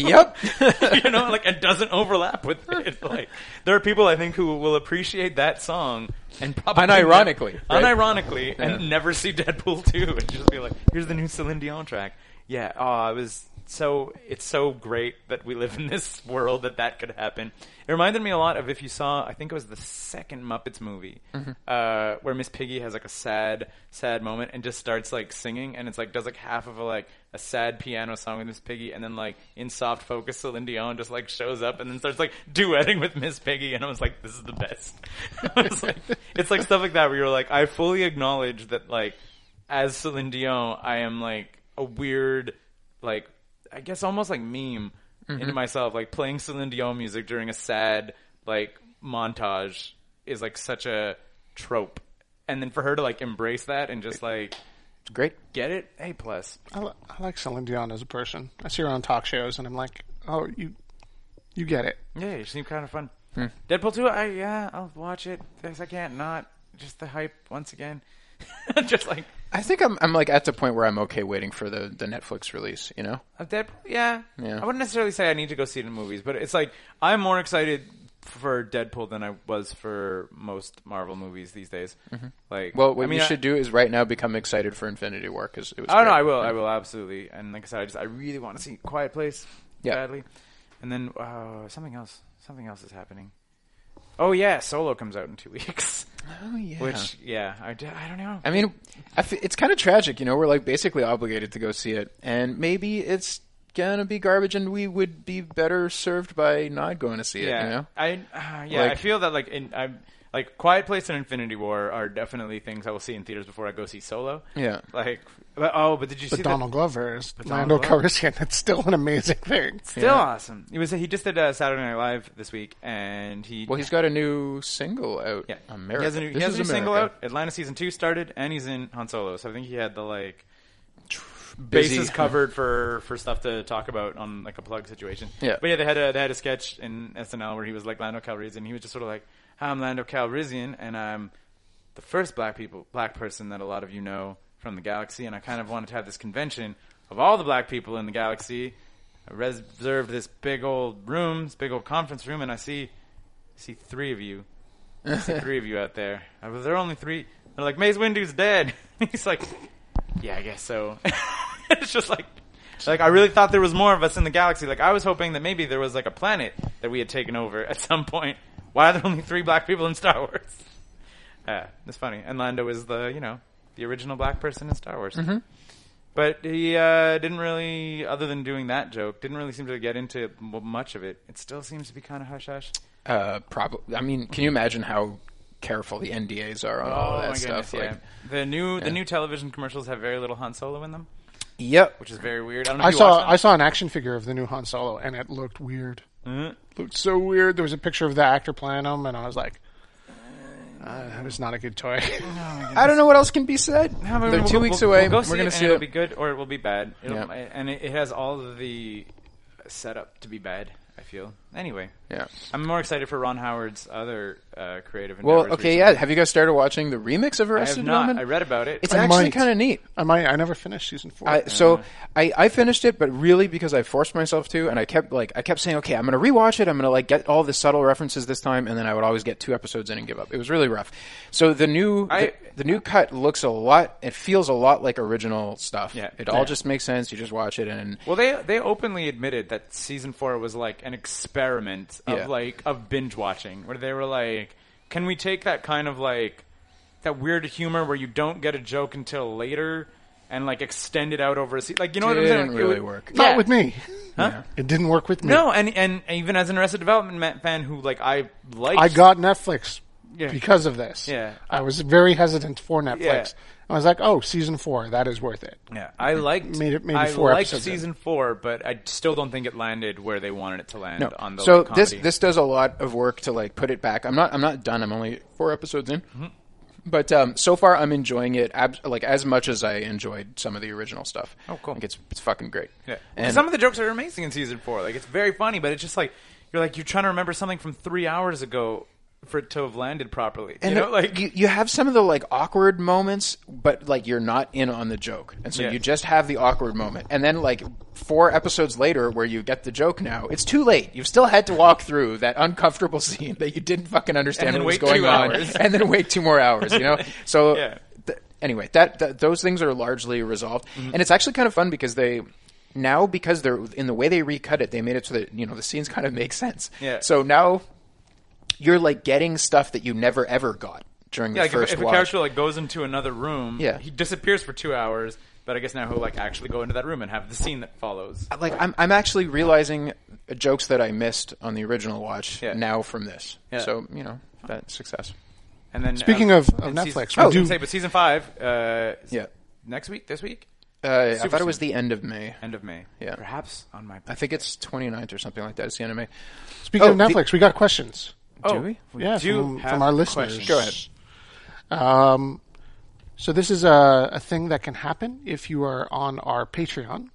C: Yep.
B: you know, like it doesn't overlap with it. Like there are people I think who will appreciate that song and probably
C: Unironically, right?
B: unironically,
C: Yeah.
B: and never see Deadpool 2 and just be like, here's the new Celine Dion track. Yeah, oh, it was so it's so great that we live in this world that that could happen. It reminded me a lot of if you saw, I think it was the second Muppets movie, uh, where Miss Piggy has like a sad, sad moment and just starts like singing, and it's like does like half of a like a sad piano song with Miss Piggy, and then like in soft focus, Celine Dion just like shows up and then starts like duetting with Miss Piggy, and I was like, this is the best. I was like, it's like stuff like that where you're like, I fully acknowledge that like as Celine Dion, I am like a weird, like I guess almost like meme into myself. Like playing Celine Dion music during a sad like montage is like such a trope, and then for her to like embrace that and just like
C: It's great.
B: get it, a plus.
A: I, li- I like Celine Dion as a person. I see her on talk shows, and I'm like, oh, you, you get it.
B: Yeah, it seemed kind of fun.
C: Hmm.
B: Deadpool two, I yeah, I'll watch it. Yes, I can't not. Just the hype once again. just like
C: I think I'm I'm like at the point where I'm okay waiting for the the Netflix release. You know,
B: Of Deadpool, yeah.
C: Yeah.
B: I wouldn't necessarily say I need to go see it in movies, but it's like I'm more excited for Deadpool than I was for most Marvel movies these days. Like,
C: Mm-hmm. well, what
B: I mean,
C: you
B: I-
C: should do is right now become excited for Infinity War because it was.
B: Oh no,
C: great.
B: I will. I will absolutely. And like I said, I just I really want to see Quiet Place
C: Yeah.
B: badly. And then uh, something else. Something else is happening. Oh yeah, Solo comes out in two weeks.
C: Oh yeah.
B: Which yeah, I, d- I don't know.
C: I mean, I f- it's kind of tragic, you know. We're like basically obligated to go see it, and maybe it's gonna be garbage, and we would be better served by not going to see it.
B: yeah,
C: You know,
B: I uh, yeah, I
C: Like-
B: feel that like in I'm like Quiet Place and Infinity War are definitely things I will see in theaters before I go see Solo.
C: Yeah.
B: like but, oh, but did you
A: But
B: see
A: Donald Glover is Lando
B: Donald Glover-
A: Calrissian. It's still an amazing thing.
B: The, still awesome. He was he just did uh, Saturday Night Live this week, and he
C: well, he's got a new single out.
B: yeah
C: America.
B: he has a new, he
C: This
B: has a
C: is
B: new single out.
C: America.
B: Atlanta season two started, and he's in Han Solo. So I think he had the like
C: Busy.
B: bases covered for for stuff to talk about on like a plug situation.
C: Yeah.
B: But yeah, they had a they had a sketch in SNL where he was like Lando Calrissian. He was just sort of like, "Hi, I'm Lando Calrissian, and I'm the first black people black person that a lot of you know from the galaxy, and I kind of wanted to have this convention of all the black people in the galaxy. I reserved this big old room, this big old conference room, and I see see three of you. I see three of you out there. I was there are only three. They're like Maze Windu's dead. He's like, yeah, I guess so. it's just like, like I really thought there was more of us in the galaxy. Like I was hoping that maybe there was like a planet that we had taken over at some point. Why are there only three black people in Star Wars?
C: Mm-hmm.
B: Uh, it's funny. And Lando is the you know the original black person in Star Wars. But he uh, didn't really, other than doing that joke, didn't really seem to get into m- much of it. It still seems to be kind of hush hush.
C: Uh, probably. I mean, can you imagine how careful the NDAs are on
B: Oh
C: all that stuff? like,
B: yeah. The new the new television commercials have very little Han Solo in them,
C: yep.
B: which is very weird. I don't know.
A: I
B: If you
A: saw
B: watched
A: I saw an action figure of the new Han Solo, and it looked weird.
B: Mm-hmm.
A: Looked so weird. There was a picture of the actor playing him, and I was like, uh, "That is not a good toy."
C: I don't know what else can be said.
B: that.
C: They're 2 weeks away.
B: We'll go
C: are going to
B: it, and
C: see it.
B: It'll be good or it will be bad. It'll,
C: Yeah.
B: And it, it has all of the setup to be bad. I feel. Anyway,
C: Yeah.
B: I'm more excited for Ron Howard's other uh, creative.
C: Well,
B: endeavors
C: okay,
B: recently.
C: yeah. Have you guys started watching the remix of
B: I
C: Arrested
B: have not.
C: Development?
B: I read about it.
C: It's
A: I
C: actually
A: might.
C: kind of neat.
A: I might. I never finished season four.
C: I, so I, I finished it, but really because I forced myself to, and I kept like I kept saying, okay, I'm gonna rewatch it. I'm gonna like get all the subtle references this time, and then I would always get two episodes in and give up. It was really rough. So the new
B: I-
C: the, the new cut looks a lot. It feels a lot like original stuff.
B: Yeah.
C: it all
B: Yeah.
C: just makes sense. You just watch it, and
B: Well, they they openly admitted that season four was like an experiment of
C: Yeah.
B: like of binge watching, where they were like, "Can we take that kind of like that weird humor where you don't get a joke until later and like extend it out over a season?" Like, you know what I'm saying?
C: Didn't
B: Like,
C: really
B: would-
C: work.
A: not
B: Yeah.
A: with me.
B: Huh?
A: It didn't work with me.
B: No, and and even as an Arrested Development ma- fan who like I like,
A: I got Netflix
B: Yeah.
A: because of this.
B: Yeah.
A: I was very hesitant for Netflix.
B: Yeah.
A: I was like, "Oh, season four. That is worth it."
B: yeah, I liked
A: Made it- maybe
B: I
A: four
B: liked
A: episodes in.
B: season four, but I still don't think it landed where they wanted it to land
C: no.
B: on the
C: so
B: like,
C: this
B: comedy.
C: this does a lot of work to like put it back. I'm not I'm not done. I'm only four episodes in.
B: Mm-hmm.
C: But um, so far, I'm enjoying it ab- like as much as I enjoyed some of the original stuff.
B: Oh, cool.
C: Like it's it's fucking great.
B: Yeah.
C: And-
B: some of the jokes are amazing in season four. Like it's very funny, but it's just like you're like you're trying to remember something from three hours ago for it to have landed properly. you know,
C: the-
B: like
C: you, you have some of the like awkward moments, but like you're not in on the joke, and so
B: Yeah.
C: you just have the awkward moment, and then like four episodes later, where you get the joke. Now it's too late. You've still had to walk through that uncomfortable scene that you didn't fucking understand
B: And then
C: what was
B: wait two
C: going on,
B: hours.
C: and then wait two more hours. You know, so
B: Yeah.
C: th- anyway, that, that those things are largely resolved,
B: Mm-hmm.
C: and it's actually kind of fun because they. Now, because they're in the way they recut it, they made it so that you know the scenes kind of make sense.
B: Yeah.
C: So now you're like getting stuff that you never ever got during the
B: yeah, like if,
C: first
B: if a
C: watch.
B: character like goes into another room,
C: Yeah.
B: he disappears for two hours. But I guess now he'll like actually go into that room and have the scene that follows.
C: like I'm, I'm actually realizing jokes that I missed on the original watch
B: Yeah.
C: now from this.
B: Yeah.
C: So you know that success.
B: And then
A: Speaking
B: um,
A: of- of
B: in
A: Netflix,
B: season, I
A: we
B: was gonna
A: do-
B: say, but season five, uh, is
C: Yeah.
B: next week, this week,
C: Uh, I
B: Super
C: thought it was
B: soon.
C: the end of May.
B: end of May,
C: Yeah.
B: perhaps on my.
C: I think it's 29th or something like that. It's the end of May.
A: Speaking
C: Oh,
A: of
C: the-
A: Netflix, we got questions.
B: oh,
C: do we?
A: yeah,
B: do
A: from,
B: have
A: from our listeners.
B: questions.
C: Go ahead.
A: Um, so this is a, a thing that can happen if you are on our Patreon.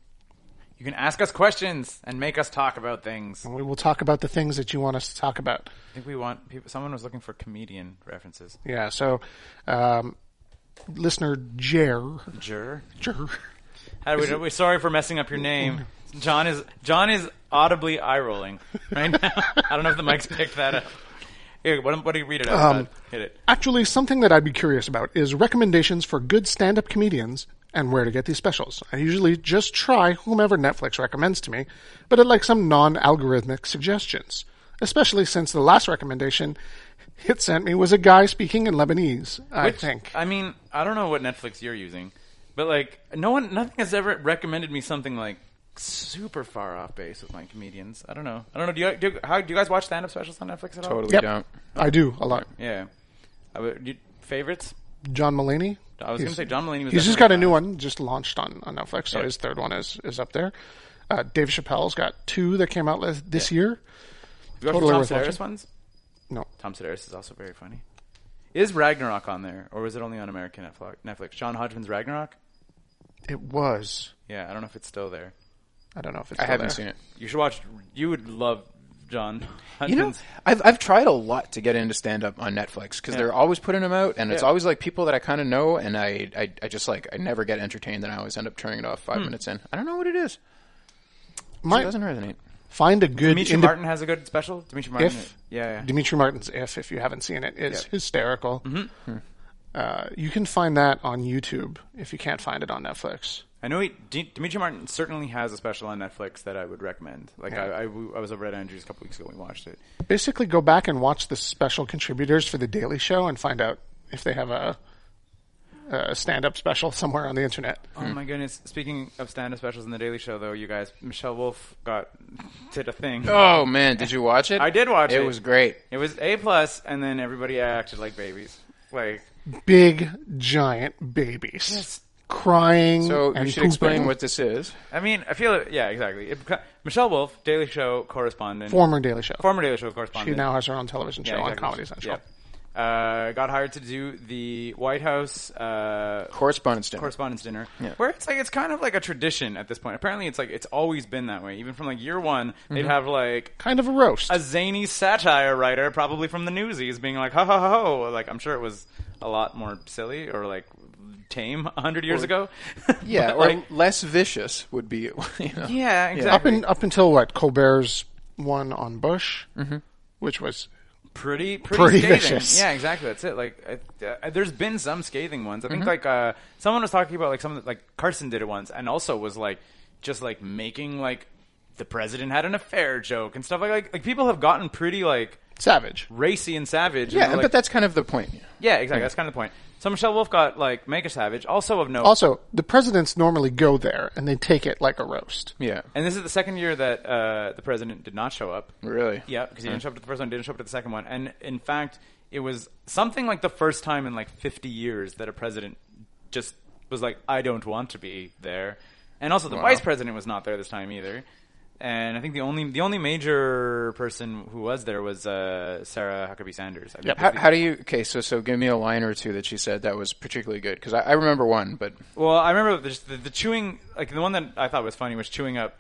B: You can ask us questions and make us talk about things.
A: We will talk about the things that you want us to talk about.
B: I think we want people. Someone was looking for comedian references.
A: Yeah. So, um, listener Jer,
B: Jur.
A: Jer,
B: How do we, we're sorry for messing up your name. John is John is audibly eye rolling right now. I don't know if the mic's picked that up. Here, what, what do you read it
A: Um,
B: out? bud? Hit it.
A: Actually, something that I'd be curious about is recommendations for good stand up comedians and where to get these specials. I usually just try whomever Netflix recommends to me, but I'd like some non algorithmic suggestions, especially since the last recommendation it sent me was a guy speaking in Lebanese, I
B: Which-
A: think.
B: I mean, I don't know what Netflix you're using, but like, no one, nothing has ever recommended me something like super far off base with my comedians. I don't know. I don't know. Do you do, you- how, do you guys watch stand up specials on Netflix at all?
C: Totally
A: Yep.
C: don't.
A: I do a lot.
B: Yeah. I would- you- favorites?
A: John Mulaney.
B: I was
A: He's-
B: going to say John Mulaney was.
A: He's just
B: definitely
A: got a
B: on.
A: new one just launched on, on Netflix, so his third one is, is up there. Uh, Dave Chappelle's got two that came out last, this year.
B: You watch
A: Totally
B: the
A: worth
B: Tom Sedaris
A: watching.
B: ones?
A: No,
B: Tom Sedaris is also very funny. Is Ragnarok on there, or was it only on American Netflix? Netflix? John Hodgman's Ragnarok.
A: it was.
B: Yeah, I don't know if it's still there.
A: I don't know if it's.
C: I
A: still
C: haven't
A: there.
C: seen it.
B: You should watch. You would love John.
C: You know,
B: Hodgman's.
C: I've I've tried a lot to get into stand up on Netflix because they're always putting them out, and it's
B: Yeah.
C: always like people that I kind of know, and I, I I just like I never get entertained, and I always end up turning it off
B: Hmm.
C: five minutes in. I don't know what it is. it
A: My,
C: doesn't resonate.
A: find a good
B: Dimitri
A: indep-
B: Martin has a good special. Dimitri Martin.
A: if
B: yeah, yeah.
A: Dimitri Martin's if if you haven't seen it is hysterical.
C: Mm-hmm.
A: Uh, you can find that on YouTube if you can't find it on Netflix.
B: I know he. D- Dimitri Martin certainly has a special on Netflix that I would recommend. Like I I, w- I was over at Andrew's a couple weeks ago. and We watched it.
A: Basically, go back and watch the special contributors for the Daily Show and find out if they have a uh, stand-up special somewhere on the internet.
B: Oh my goodness! Speaking of stand-up specials in the Daily Show, though, you guys, Michelle Wolf got did a thing.
C: Oh man, did you watch it?
B: I did watch it.
C: It was great.
B: It was a plus, and then everybody acted like babies. Like
A: Big giant babies crying.
C: So
A: and
C: you should
A: pooping.
C: explain what this is.
B: I mean, I feel yeah, exactly. It, Michelle Wolf, Daily Show correspondent,
A: former Daily Show.
B: former Daily Show
A: She
B: correspondent.
A: now has her own television show
B: Yeah,
A: on
B: exactly.
A: Comedy Central.
B: Yeah. Uh, got hired to do the White House uh,
C: Correspondence dinner.
B: correspondence dinner, where it's like it's kind of like a tradition at this point. Apparently, it's like it's always been that way. Even from like year one, they'd have like
A: Kind of a roast.
B: a zany satire writer, probably from the Newsies, being like, "Ha ha ha!" ho. Like I'm sure it was a lot more silly or like tame a hundred years ago.
C: Yeah,
B: But,
C: or
B: like,
C: less vicious would be. You know.
B: yeah,
A: up
B: exactly.
A: in, up until what Colbert's one on Bush, which was
B: pretty, pretty,
A: Pretty
B: scathing.
A: vicious.
B: Yeah, exactly. That's it. Like, I, uh, there's been some scathing ones. I think like uh, someone was talking about like some like Carson did it once, and also was like just like making like the president had an affair joke and stuff like like, like people have gotten pretty like
A: savage.
B: racy and savage. and
C: Yeah,
B: they're like,
C: but that's kind of the point.
B: yeah, exactly. That's kind of the point. So Michelle Wolf got like make a savage, also of note.
A: Also, the presidents normally go there and they take it like a roast.
C: Yeah,
B: and this is the second year that uh, the president did not show up.
C: really.
B: Yeah, because he didn't show up to the first one, didn't show up to the second one, and in fact, it was something like the first time in like 50 years that a president just was like, "I don't want to be there," and also the vice president was not there this time either. And I think the only the only major person who was there was uh, Sarah Huckabee Sanders. I
A: Yep.
B: think.
C: How, how do you? Okay, so so give me a line or two that she said that was particularly good because I, I remember one, but
B: Well, I remember the, just the, the chewing, like the one that I thought was funny was chewing up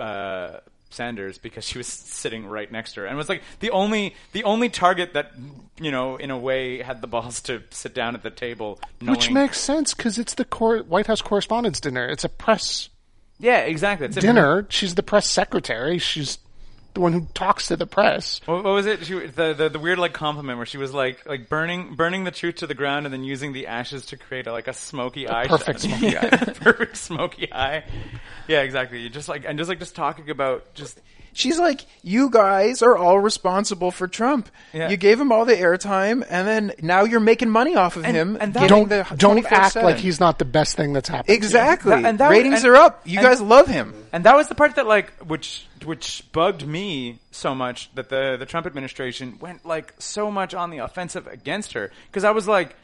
B: uh, Sanders because she was sitting right next to her and was like the only the only target that you know in a way had the balls to sit down at the table. Knowing,
A: Which makes sense because it's the cor- White House Correspondents' Dinner. It's a press
B: yeah, exactly. That's it.
A: dinner. She's the press secretary. She's the one who talks to the press.
B: What, what was it? She, the, the the weird like compliment where she was like like burning burning the truth to the ground and then using the ashes to create a, like a smoky eye.
A: perfect smoky
B: Yeah, perfect smoky eye. Yeah, exactly. You just like and just like just talking about just
C: she's like, "You guys are all responsible for Trump.
B: Yeah.
C: You gave him all the airtime, and then now you're making money off of him.
B: and that-
A: Don't
C: getting the
A: don't act
C: 24/7.
A: like he's not the best thing that's happened.
C: exactly.
B: That- and that-
C: Ratings
B: and-
C: are up. You
B: and-
C: guys love him.
B: And that was the part that like which which bugged me so much that the the Trump administration went like so much on the offensive against her because I was like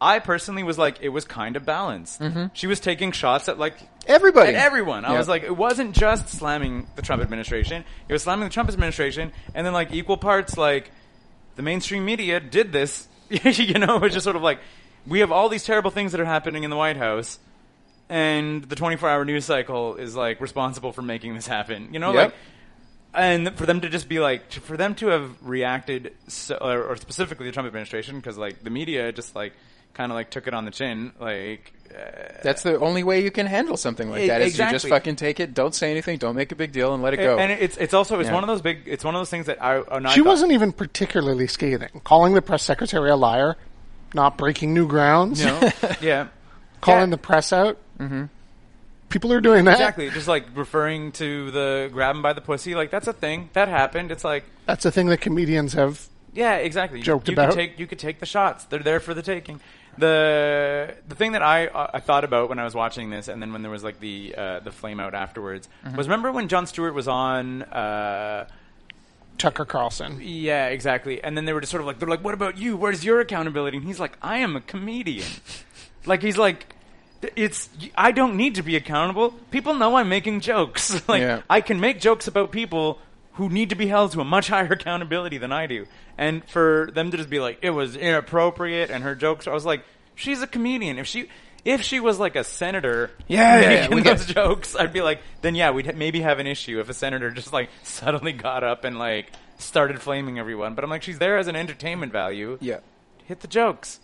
B: I personally was like it was kind of balanced. She was taking shots at like
C: Mm-hmm. Everybody.
B: at everyone. I
C: Yeah.
B: was like it wasn't just slamming the Trump administration. It was slamming the Trump administration and then like equal parts like the mainstream media did this. you know, it's just sort of like we have all these terrible things that are happening in the White House and the 24 hour news cycle is like responsible for making this happen. You know,
C: Yep.
B: like, and for them to just be like, to- for them to have reacted, so, or, or specifically the Trump administration, because like the media just like kind of like took it on the chin, like. Uh,
C: That's the only way you can handle something like
B: E-
C: that is you just
B: exactly.
C: fucking take it. Don't say anything. Don't make a big deal and let it go.
B: And it's it's also it's
C: Yeah.
B: one of those big it's one of those things that I, I
A: She wasn't even particularly scathing. Calling the press secretary a liar, not breaking new grounds,
B: you know? yeah
A: calling
B: Yeah.
A: the press out. Mm-hmm. People are doing that.
B: exactly just like referring to the grab him by the pussy like that's a thing that happened it's like
A: That's a thing that comedians have.
B: Yeah, exactly. You-
A: Joked
B: you,
A: about.
B: Could take, you could take the shots; they're there for the taking. The the thing that I uh, I thought about when I was watching this, and then when there was like the uh, the flame out afterwards,
A: Mm-hmm.
B: was remember when John Stewart was on. Uh,
A: Tucker Carlson.
B: yeah, exactly. And then they were just sort of like, they're like, "What about you? Where's your accountability?" And he's like, "I am a comedian." like he's like, th- "It's I don't need to be accountable. People know I'm making jokes. like
C: Yeah.
B: I can make jokes about people who need to be held to a much higher accountability than I do." And for them to just be like, "It was inappropriate," and her jokes, I was like, "She's a comedian. If she." If she was like a senator,
C: Yeah, yeah,
B: making
C: we get-
B: those jokes, I'd be like, then yeah, we'd ha- maybe have an issue if a senator just like suddenly got up and like started flaming everyone. But I'm like, she's there as an entertainment value.
C: yeah.
B: hit the jokes.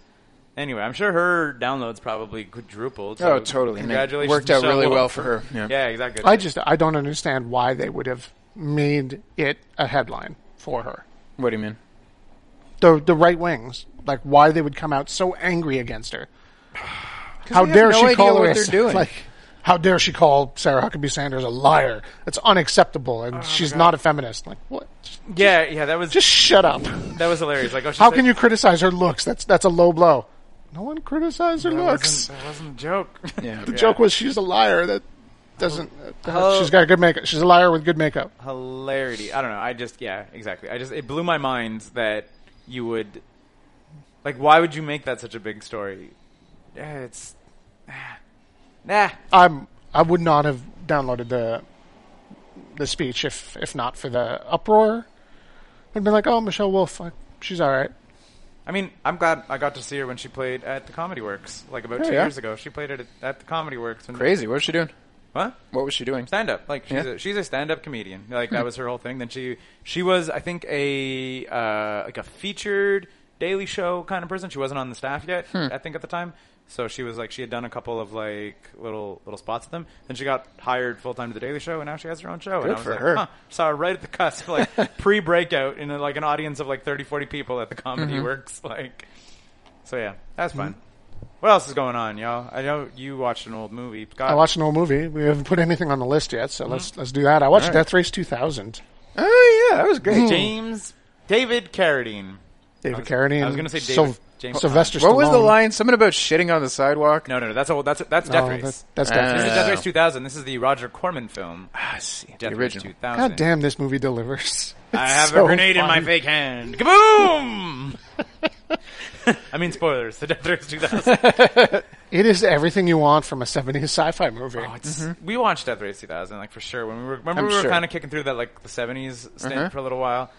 B: Anyway, I'm sure her downloads probably quadrupled. so
C: Oh, totally. And it
B: Congratulations,
C: worked out
B: Michelle
C: really
B: Wolf.
C: well for her. Yeah.
B: Yeah, exactly.
A: I just I don't understand why they would have made it a headline for her.
C: What do you mean?
A: The the right wings, like why they would come out so angry against her. How
C: they have
A: dare
C: no
A: she
C: idea
A: call
C: what
A: her a-
C: they're doing.
A: like how dare she call Sarah Huckabee Sanders a liar? That's unacceptable,
C: Oh
A: and she's not a feminist. Like what?
B: yeah, yeah, that was
A: Just shut up.
B: that was hilarious. Like, oh, she
A: How
B: said-
A: can you criticize her looks? That's that's a low blow. No one criticized her
B: That
A: looks.
B: wasn't, that wasn't a joke.
C: Yeah.
A: The joke was she's a liar. That doesn't.
B: Oh.
A: uh, she's got good makeup. She's a liar with good makeup.
B: hilarity. I don't know. I just yeah, exactly. I just it blew my mind that you would like why would you make that such a big story? Yeah, it's nah.
A: I'm. I would not have downloaded the the speech if if not for the uproar. I'd been like, oh, Michelle Wolf, I- she's all right.
B: I mean, I'm glad I got to see her when she played at the Comedy Works like about
C: Oh,
B: two
C: yeah?
B: years ago. She played it at, at the Comedy Works. And,
C: Crazy. What was she doing?
B: What?
C: What was she doing?
B: stand up. Like she's
C: Yeah.
B: a, she's a stand up comedian. Like that was her whole thing. Then she she was I think a uh, like a featured Daily Show kind of person. She wasn't on the staff yet.
C: Hmm.
B: I think at the time. So she was like she had done a couple of like little little spots with them. Then she got hired full time to the Daily Show, and now she has her own show. and
C: Good
B: I was
C: for
B: like,
C: her.
B: huh. saw her right at the cusp, like pre breakout, in like an audience of like 30, 40 people at the Comedy
C: Mm-hmm.
B: Works. Like, so yeah, that's fun. What else is going on, y'all? I know you watched an old movie. Scott,
A: I watched an old movie. We haven't put anything on the list yet, so let's
B: Mm-hmm.
A: let's do that. I watched
C: All right.
A: Death Race 2000.
C: Oh yeah, that was great.
B: James David Carradine.
A: David
B: was-
A: Carradine.
B: I was gonna say
A: Syl-
B: David- James-
A: Sylvester.
C: What was the
A: Stallone.
C: line? Something about shitting on the sidewalk.
B: No, no, no. That's all. That's that's
A: Oh,
B: Death
A: that-
B: Race.
A: that's
C: Uh,
A: Death
B: this
A: Race.
B: is Death Race 2000. This is the Roger Corman film.
C: Ah, see,
B: Death
C: the
B: Race
C: original.
B: 2000.
A: God damn, this movie delivers.
B: Uh, I
A: It's
B: have
A: so
B: a grenade in my
A: fun.
B: fake hand. Kaboom! I mean, spoilers. The Death Race 2000.
A: It is everything you want from a 70s sci-fi movie.
B: Oh, it's-
A: Mm-hmm.
B: We watched Death Race 2000, like for sure. When we were, remember,
C: I'm
B: we were
C: sure.
B: kind of kicking through that like the 70s stint
A: Mm-hmm.
C: Uh-huh.
B: for a little while.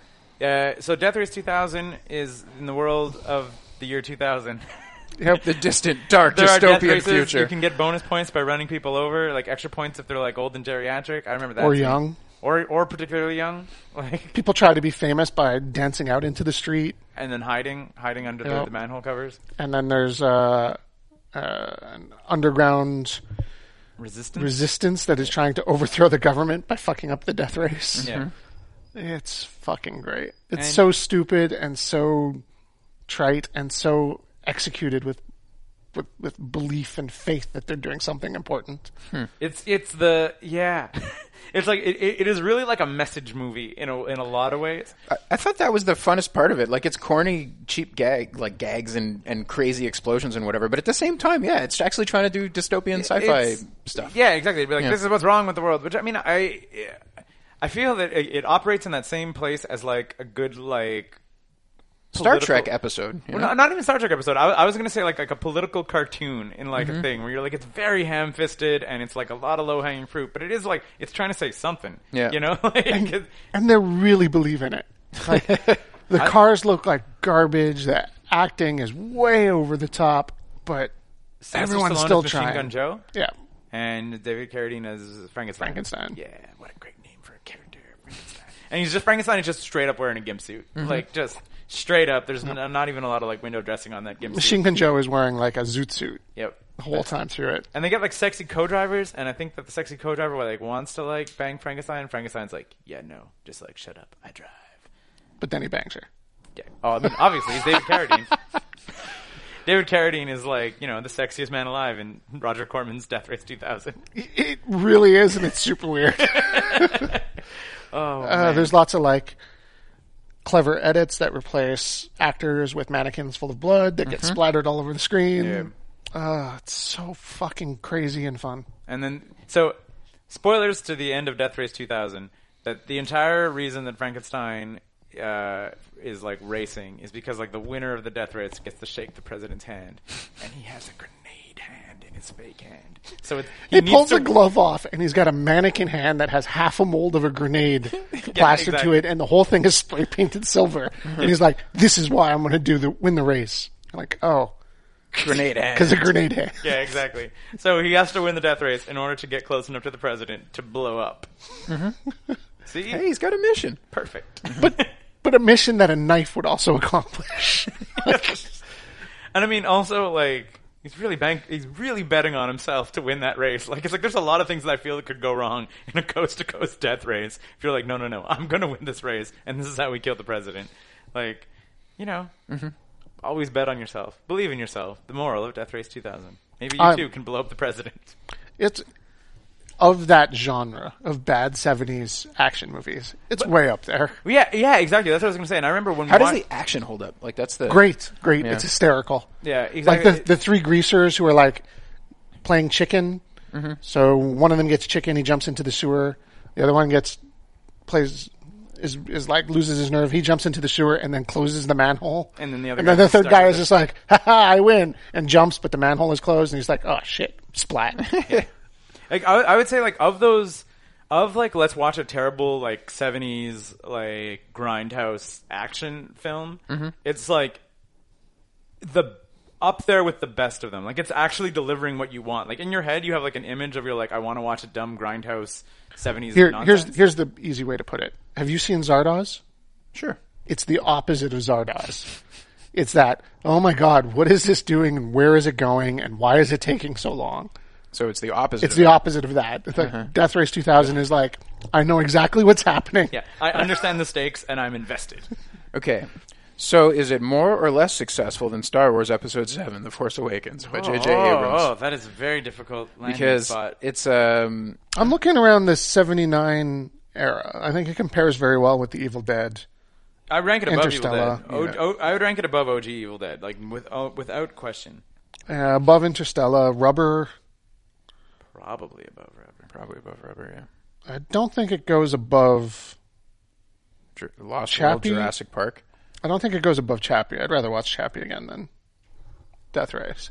B: Uh, so Death Race 2000 is in the world of the year 2000.
A: Yep.
C: The distant, dark,
B: there are death
C: dystopian
B: races.
C: future.
B: You can get bonus points by running people over, like extra points if they're like old and geriatric. I remember that.
A: or
B: too.
A: young.
B: or or particularly young, like
A: People try to be famous by dancing out into the street.
B: and then hiding hiding under
A: Yeah.
B: the, the manhole covers.
A: And then there's uh, uh, an underground
B: Resistance.
A: resistance that is trying to overthrow the government by fucking up the death race.
B: yeah.
A: It's fucking great. It's
B: And-
A: so stupid and so trite and so executed with, with with belief and faith that they're doing something important.
B: It's it's the yeah. It's like it, it, it is really like a message movie in a in a lot of ways.
C: I, I thought that was the funnest part of it. Like it's corny, cheap gag, like gags and, and crazy explosions and whatever. But at the same time, yeah, it's actually trying to do dystopian sci-fi
B: It's-
C: stuff.
B: Yeah, exactly. It'd be like,
C: Yeah.
B: this is what's wrong with the world. Which I mean, I I feel that it, it operates in that same place as like a good like
C: Star
B: political-
C: Trek episode. you
B: Well,
C: know?
B: not, not even Star Trek episode. I, I was going to say like like a political cartoon in like
A: Mm-hmm.
B: a thing where you're like it's very ham fisted and it's like a lot of low hanging fruit, but it is like it's trying to say something.
C: Yeah.
B: you know, like, it-
A: and they really believe in it. Like the cars look like garbage. The acting is way over the top, but
B: Sylvester
A: everyone's
B: Stallone
A: still
B: as Machine
A: trying.
B: Gun Joe
A: Yeah,
B: and David Carradine as Frankenstein.
A: Frankenstein.
B: Yeah, what a great name for a character, Frankenstein. and he's just Frankenstein is just straight up wearing a gimp suit,
A: Mm-hmm.
B: like just straight up. There's n- not even a lot of like window dressing on that gimp
A: Machine
B: suit.
A: Gun Joe is wearing like a zoot suit
B: Yep.
A: the whole time through it.
B: And they get like sexy co-drivers, and I think that the sexy co-driver like wants to like bang Frankenstein, and Frankenstein's like, yeah, no, just like shut up, I drive.
A: But then he bangs her.
B: Yeah. Oh, I mean, obviously he's David Carradine. David Carradine is like you know the sexiest man alive in Roger Corman's Death Race 2000.
A: It it really is, and it's super weird.
B: Oh,
A: Uh, there's lots of like clever edits that replace actors with mannequins full of blood that get splattered all over the screen.
B: Mm-hmm. Yeah.
A: Uh, it's so fucking crazy and fun.
B: and then so spoilers to the end of Death Race 2000. That the entire reason that Frankenstein uh, is like racing is because like the winner of the Death Race gets to shake the president's hand, and he has a grenade hand in his fake hand. So it's, he,
A: He,
B: needs
A: pulls
B: to
A: a glove off, and he's got a mannequin hand that has half a mold of a grenade plastered to
B: exactly.
A: it, and the whole thing is spray painted silver. And he's like, "This is why I'm going to do the win the race." I'm like, oh,
C: Grenade hand.
A: because a grenade hand.
B: Yeah, exactly. So he has to win the death race in order to get close enough to the president to blow up.
A: Mm-hmm.
B: See,
C: Hey, he's got a mission.
B: perfect.
A: But but a mission that a knife would also accomplish.
B: and I mean, also like he's really bank he's really betting on himself to win that race. Like it's like there's a lot of things that I feel that could go wrong in a coast to coast death race. If you're like, no, no, no, I'm gonna win this race, and this is how we kill the president. Like, you know,
C: Mm-hmm.
B: always bet on yourself. Believe in
C: Um,
B: yourself. The moral of Death Race 2000. Maybe you
A: I'm-
B: too can blow up the president.
A: it's of that genre of bad 70s action movies. It's way up there.
B: Yeah, yeah, exactly. That's what I was going to say. And I remember when
C: How
B: we
C: does
B: wa-
C: the action hold up? Like that's the
A: Great, great.
C: Yeah.
A: It's hysterical.
B: Yeah, exactly.
A: Like the, the three greasers who are like playing chicken.
B: Mm-hmm.
A: So one of them gets chicken, he jumps into the sewer. The other one gets plays is is like loses his nerve. He jumps into the sewer and then closes the manhole.
B: And then the other
A: and then
B: guy's
A: the third
B: stuck
A: guy
B: with
A: is
B: it.
A: just like, "Ha ha, I win!" and jumps, but the manhole is closed, and he's like, "Oh shit, splat."
B: like I, I would say like of those of like let's watch a terrible like 70s like grindhouse action film
A: Mm-hmm.
B: it's like the up there with the best of them like it's actually delivering what you want like in your head you have like an image of you're like i want to watch a dumb grindhouse 70s
A: Here,
B: nonsense.
A: here's here's the easy way to put it. Have you seen Zardoz?
C: sure.
A: it's the opposite of Zardoz. It's that, oh my God, what is this doing and where is it going and why is it taking so long?
C: So it's the opposite.
A: It's the opposite of that. It's like
B: Uh-huh.
A: Death Race 2000 is like, I know exactly what's happening.
B: yeah i understand the stakes and i'm invested
C: Okay. So is it more or less successful than Star Wars Episode Seven: The Force Awakens by J.J. Abrams?
B: oh that is very difficult
C: Because it's um
A: I'm looking around the 79 era. I think it compares very well with The Evil Dead.
B: i rank it above evil dead
A: Interstellar,
B: o,
C: yeah.
B: o, i would rank it above og evil dead like with, oh, without question
A: Uh, above Interstellar, Rubber.
B: probably above Robert.
C: probably above rubber. Yeah.
A: I don't think it goes above.
C: Jur- Lost World,
A: Chappie?
C: Jurassic Park.
A: I don't think it goes above Chappie. I'd rather watch Chappie again than Death Race.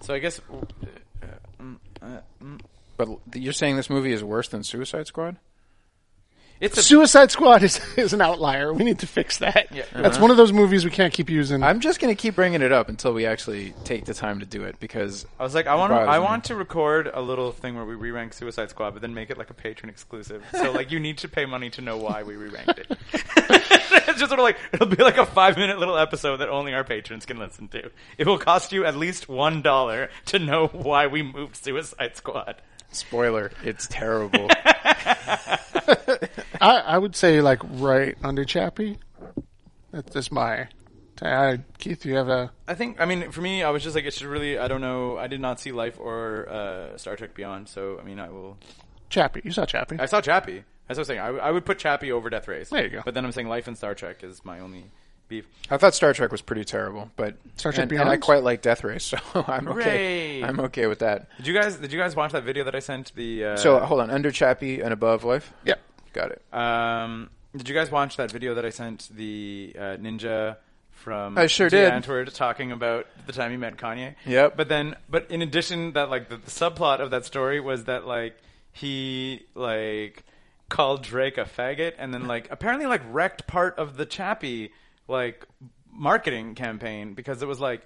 B: So I guess uh,
C: But l- you're saying this movie is worse than Suicide Squad?
B: it's a,
A: Suicide Squad is, is an outlier. We need to fix that.
B: Yeah. Uh-huh.
A: That's one of those movies we can't keep using.
C: I'm just gonna keep bringing it up until we actually take the time to do it because
B: I was like, I want to,
C: Surprise
B: I
C: me.
B: want to record a little thing where we re-rank Suicide Squad, but then make it like a patron exclusive. So like, you need to pay money to know why we re-ranked it. it's just sort of like it'll be like a five-minute little episode that only our patrons can listen to. It will cost you at least one dollar to know why we moved Suicide Squad.
C: spoiler, it's terrible.
A: I, I would say like right under Chappie. That's just my. Uh, Keith, you have a.
B: I think, I mean, for me, I was just like, it should really, I don't know, I did not see Life or uh, Star Trek Beyond, so I mean, I will
A: Chappie. You saw Chappie.
B: I saw Chappie. That's what I'm saying. I, I would put Chappie over Death Race.
A: There you go.
B: But then I'm saying Life and Star Trek is my only beef.
C: I thought Star Trek was pretty terrible, but
A: Star Trek
C: and, and I
A: Beyond?
C: quite like Death Race, so I'm okay.
B: Hooray.
C: I'm okay with that.
B: Did you guys Did you guys watch that video that I sent? The uh,
C: So uh, hold on, under Chappie and above life.
A: Yep.
C: got it.
B: um, did you guys watch that video that I sent the uh, ninja from
C: I sure did.
B: Antwoord talking about the time he met Kanye?
C: Yep.
B: But then, but in addition, that like the, the subplot of that story was that like he like called Drake a faggot, and then like apparently like wrecked part of the Chappie like marketing campaign because it was like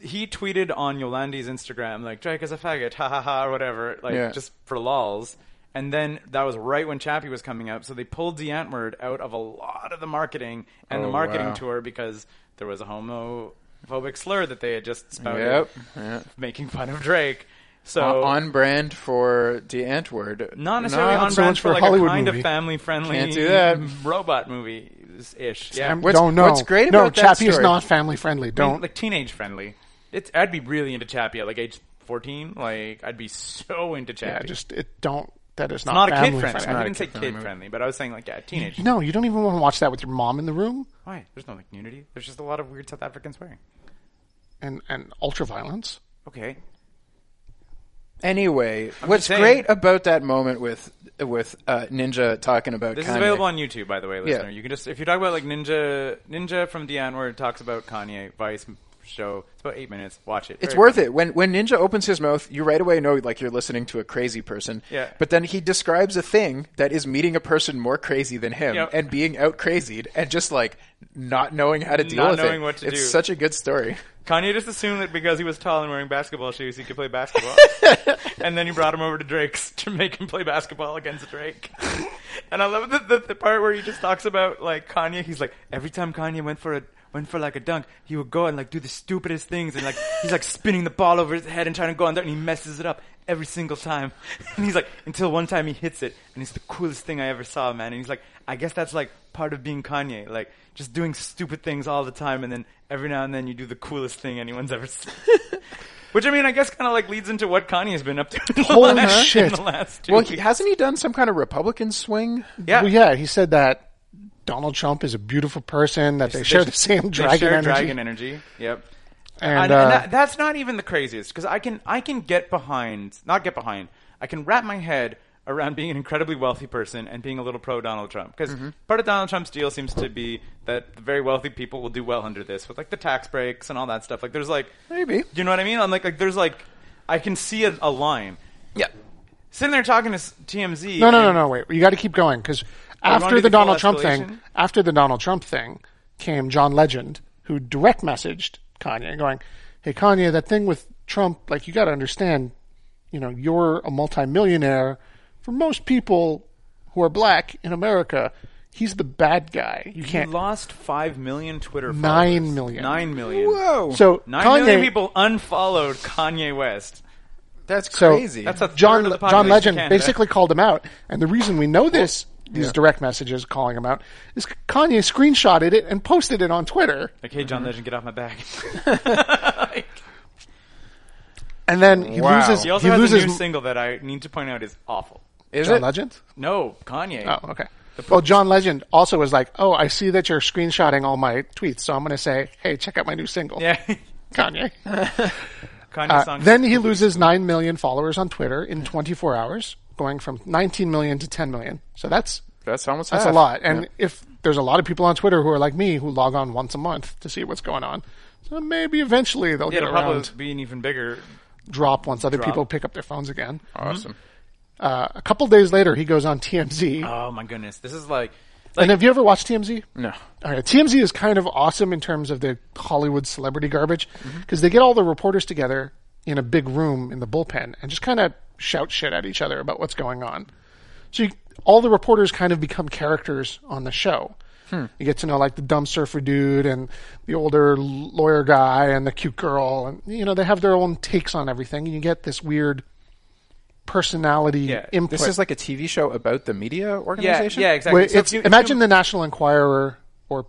B: he tweeted on Yolandi's Instagram like Drake is a faggot, ha ha ha, or whatever, like
C: Yeah.
B: just for lols. And then that was right when Chappie was coming up, so they pulled the Antword out of a lot of the marketing and
C: Oh,
B: the marketing
C: wow.
B: tour because there was a homophobic slur that they had just spouted,
C: Yep. Yeah.
B: making fun of Drake. So
C: On- on brand for De Antwoord.
B: not necessarily
A: not
B: on
A: so
B: brand
A: much
B: for,
A: for a
B: like
A: Hollywood
B: a kind
A: movie.
B: of family-friendly
C: Can't do that.
B: robot movie-ish. Yeah,
A: I'm-
C: What's-
A: don't know.
C: what's great
A: no,
C: about that
A: Chappie is
C: story-
A: not family friendly.
B: I mean,
A: Don't.
B: like teenage friendly. It's I'd be really into Chappie at like age fourteen. Like I'd be so into
A: yeah,
B: Chappie.
A: just it don't. That is not,
B: not a kid
A: family
B: friendly. I
A: friendly.
B: didn't say
C: kid-friendly
B: kid
C: movie.
B: friendly, but I was saying like yeah, teenage.
A: No, you don't even want to watch that with your mom in the room
B: Why? There's no like nudity. There's just a lot of weird South African swearing.
A: and and ultra violence.
B: Okay.
C: Anyway, what's
B: saying-
C: great about that moment with with uh, Ninja talking about
B: This
C: Kanye-
B: is available on YouTube, by the way, listener. You can just if you talk about like Ninja Ninja from the N-word talks about Kanye Vice show. It's about eight minutes. Watch it.
C: It's
B: Very
C: worth it. When when Ninja opens his mouth, you right away know like you're listening to a crazy person.
B: Yeah.
C: But then he describes a thing that is meeting a person more crazy than him
B: Yep.
C: and being out crazied and just like not knowing how to deal
B: Not
C: with
B: knowing
C: it.
B: what to
C: it's
B: do.
C: such a good story.
B: Kanye just assumed that because he was tall and wearing basketball shoes, he could play basketball. and then he brought him over to Drake's to make him play basketball against Drake. and I love the, the, the part where he just talks about like Kanye. He's like, every time Kanye went for a went for like a dunk, he would go and like do the stupidest things and like he's like spinning the ball over his head and trying to go under, and he messes it up every single time. and he's like, until one time he hits it, and it's the coolest thing I ever saw, man. And he's like, I guess that's like part of being Kanye, like just doing stupid things all the time, and then every now and then you do the coolest thing anyone's ever seen. Which I mean, I guess kind of like leads into what Kanye has been up to. in the
A: Holy
B: last-
A: shit.
B: In the last two
C: Well,
B: weeks.
C: he, hasn't he done some kind of Republican swing?
B: yeah.
A: Well, yeah, he said that Donald Trump is a beautiful person, that they, share the same
B: They
A: dragon
B: share
A: energy.
B: dragon energy. Yep.
A: And,
B: And,
A: uh,
B: and that, that's not even the craziest because I can I can get behind not get behind I can wrap my head around being an incredibly wealthy person and being a little pro Donald Trump because
A: Mm-hmm.
B: part of Donald Trump's deal seems to be that the very wealthy people will do well under this with like the tax breaks and all that stuff like there's like
C: Maybe.
B: you know what I mean I'm like like there's like I can see a, a line
C: Yeah.
B: sitting there talking to s- TMZ
A: No, no, no,
B: and-
A: no. Wait, you got to keep going because
B: wanna
A: after
B: do
A: the
B: the full
A: Donald Trump
B: escalation?
A: thing, after the Donald Trump thing, came John Legend, who direct messaged Kanye, going, "Hey, Kanye, that thing with Trump, like you got to understand, you know, you're a multimillionaire. For most people who are black in America, he's the bad guy. You
B: He
A: can't."
B: lost five million Twitter followers.
A: Nine million.
B: Nine million.
C: Whoa.
A: So
B: Nine
A: Kanye,
B: million people unfollowed Kanye West.
C: that's
A: So-
C: crazy.
B: That's a third
A: John
B: of the population
A: John
B: of
A: Legend
B: Canada.
A: basically called him out, and the reason we know this, these direct messages calling him out, is Kanye screenshotted it and posted it on Twitter.
B: like, "Hey, John Legend, get off my back."
A: And then he
C: Wow.
A: loses.
B: he
A: He,
B: also has
A: loses.
B: a new single that I need to point out is awful.
C: is
A: John
C: it?
A: Legend.
B: No, Kanye.
A: Oh, okay. Well, John Legend also was like, "Oh, I see that you're screenshotting all my tweets, so I'm going to say, hey, check out my new single,
B: Yeah,
A: Kanye."
B: Kanye
A: Uh,
B: song.
A: then he loses nine million followers on Twitter in 24 hours, going from 19 million to 10 million. So that's
C: That's almost
A: that's
C: half.
A: a lot. And if there's a lot of people on Twitter who are like me who log on once a month to see what's going on, so maybe eventually they'll
B: yeah,
A: get
B: it'll probably
A: around
B: be an even bigger.
A: drop once other
B: Drop.
A: people pick up their phones again.
C: Awesome.
A: Uh, a couple days later, he goes on TMZ.
B: Oh my goodness, this is like,
A: and have you ever watched TMZ?
C: No.
A: All right, TMZ is kind of awesome in terms of the Hollywood celebrity garbage
C: Mm-hmm.
A: because they get all the reporters together in a big room in the bullpen and just kind of shout shit at each other about what's going on. So you, all the reporters kind of become characters on the show.
C: Hmm.
A: You get to know like the dumb surfer dude and the older l- lawyer guy and the cute girl, and you know they have their own takes on everything, and you get this weird personality
B: Yeah,
A: input.
C: This is like a TV show about the media
B: yeah,
C: organization?
B: yeah, exactly.
A: Wait,
B: So if
A: it's-
B: you- if
A: imagine
B: you-
A: the National Enquirer or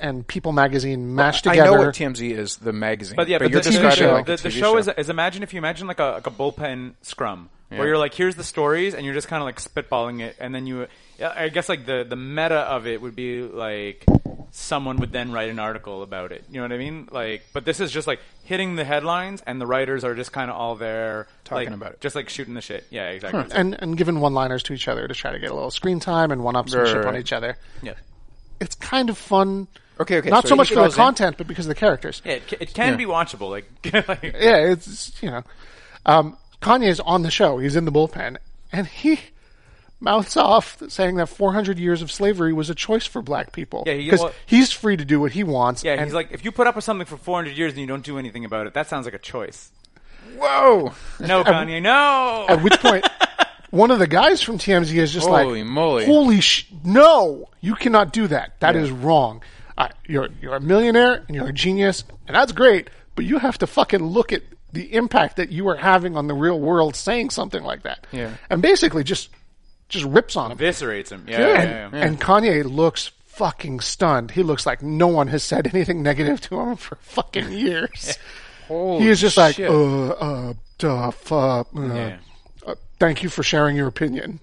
A: and People Magazine mashed
C: I
A: together.
C: know what TMZ is, the magazine.
B: But yeah, but,
C: you're
B: the,
A: TV
B: the,
C: describing
A: show-
B: the,
C: like a
B: the,
C: TV
B: show, is, is imagine if you imagine like a, like a bullpen scrum where you're like, here's the stories, and you're just kind of like spitballing it, and then you, yeah, I guess like the the meta of it would be like someone would then write an article about it. You know what I mean? Like, but this is just like hitting the headlines, and the writers are just kind of all there
C: Talking
B: like,
C: about it.
B: just like shooting the shit. Yeah, exactly.
A: and and given one liners to each other to try to get a little screen time and one upsmanship
C: Right.
A: on each other.
B: Yeah.
A: It's kind of fun.
C: Okay, okay,
A: Not
C: so
A: so, much
C: he
A: for the
C: goes in-
A: content, but because of the characters.
B: Yeah, it, ca- it can be watchable. Like, like-
A: Yeah, it's you know, um, Kanye is on the show. He's in the bullpen, and he mouths off saying that 400 years of slavery was a choice for black people.
B: Yeah, he- well-
A: he's free to do what he wants.
B: yeah.
A: and
B: He's like, if you put up with something for 400 years and you don't do anything about it, that sounds like a choice.
C: Whoa!
B: No, Kanye, no.
A: At which point, one of the guys from TMZ is just
C: Holy
A: like,
C: moly.
A: holy sh! No, you cannot do that. That is wrong. Uh, you're you're a millionaire and you're a genius, and that's great. But you have to fucking look at the impact that you are having on the real world saying something like that.
C: Yeah.
A: and basically just just rips on him.
B: Eviscerates him. Yeah, yeah, yeah.
A: and, and Kanye looks fucking stunned. He looks like no one has said anything negative to him for fucking years.
C: Holy
A: he is just like,
C: shit.
A: uh, uh, duh, fuck, uh,
B: Yeah.
A: uh, thank you for sharing your opinion.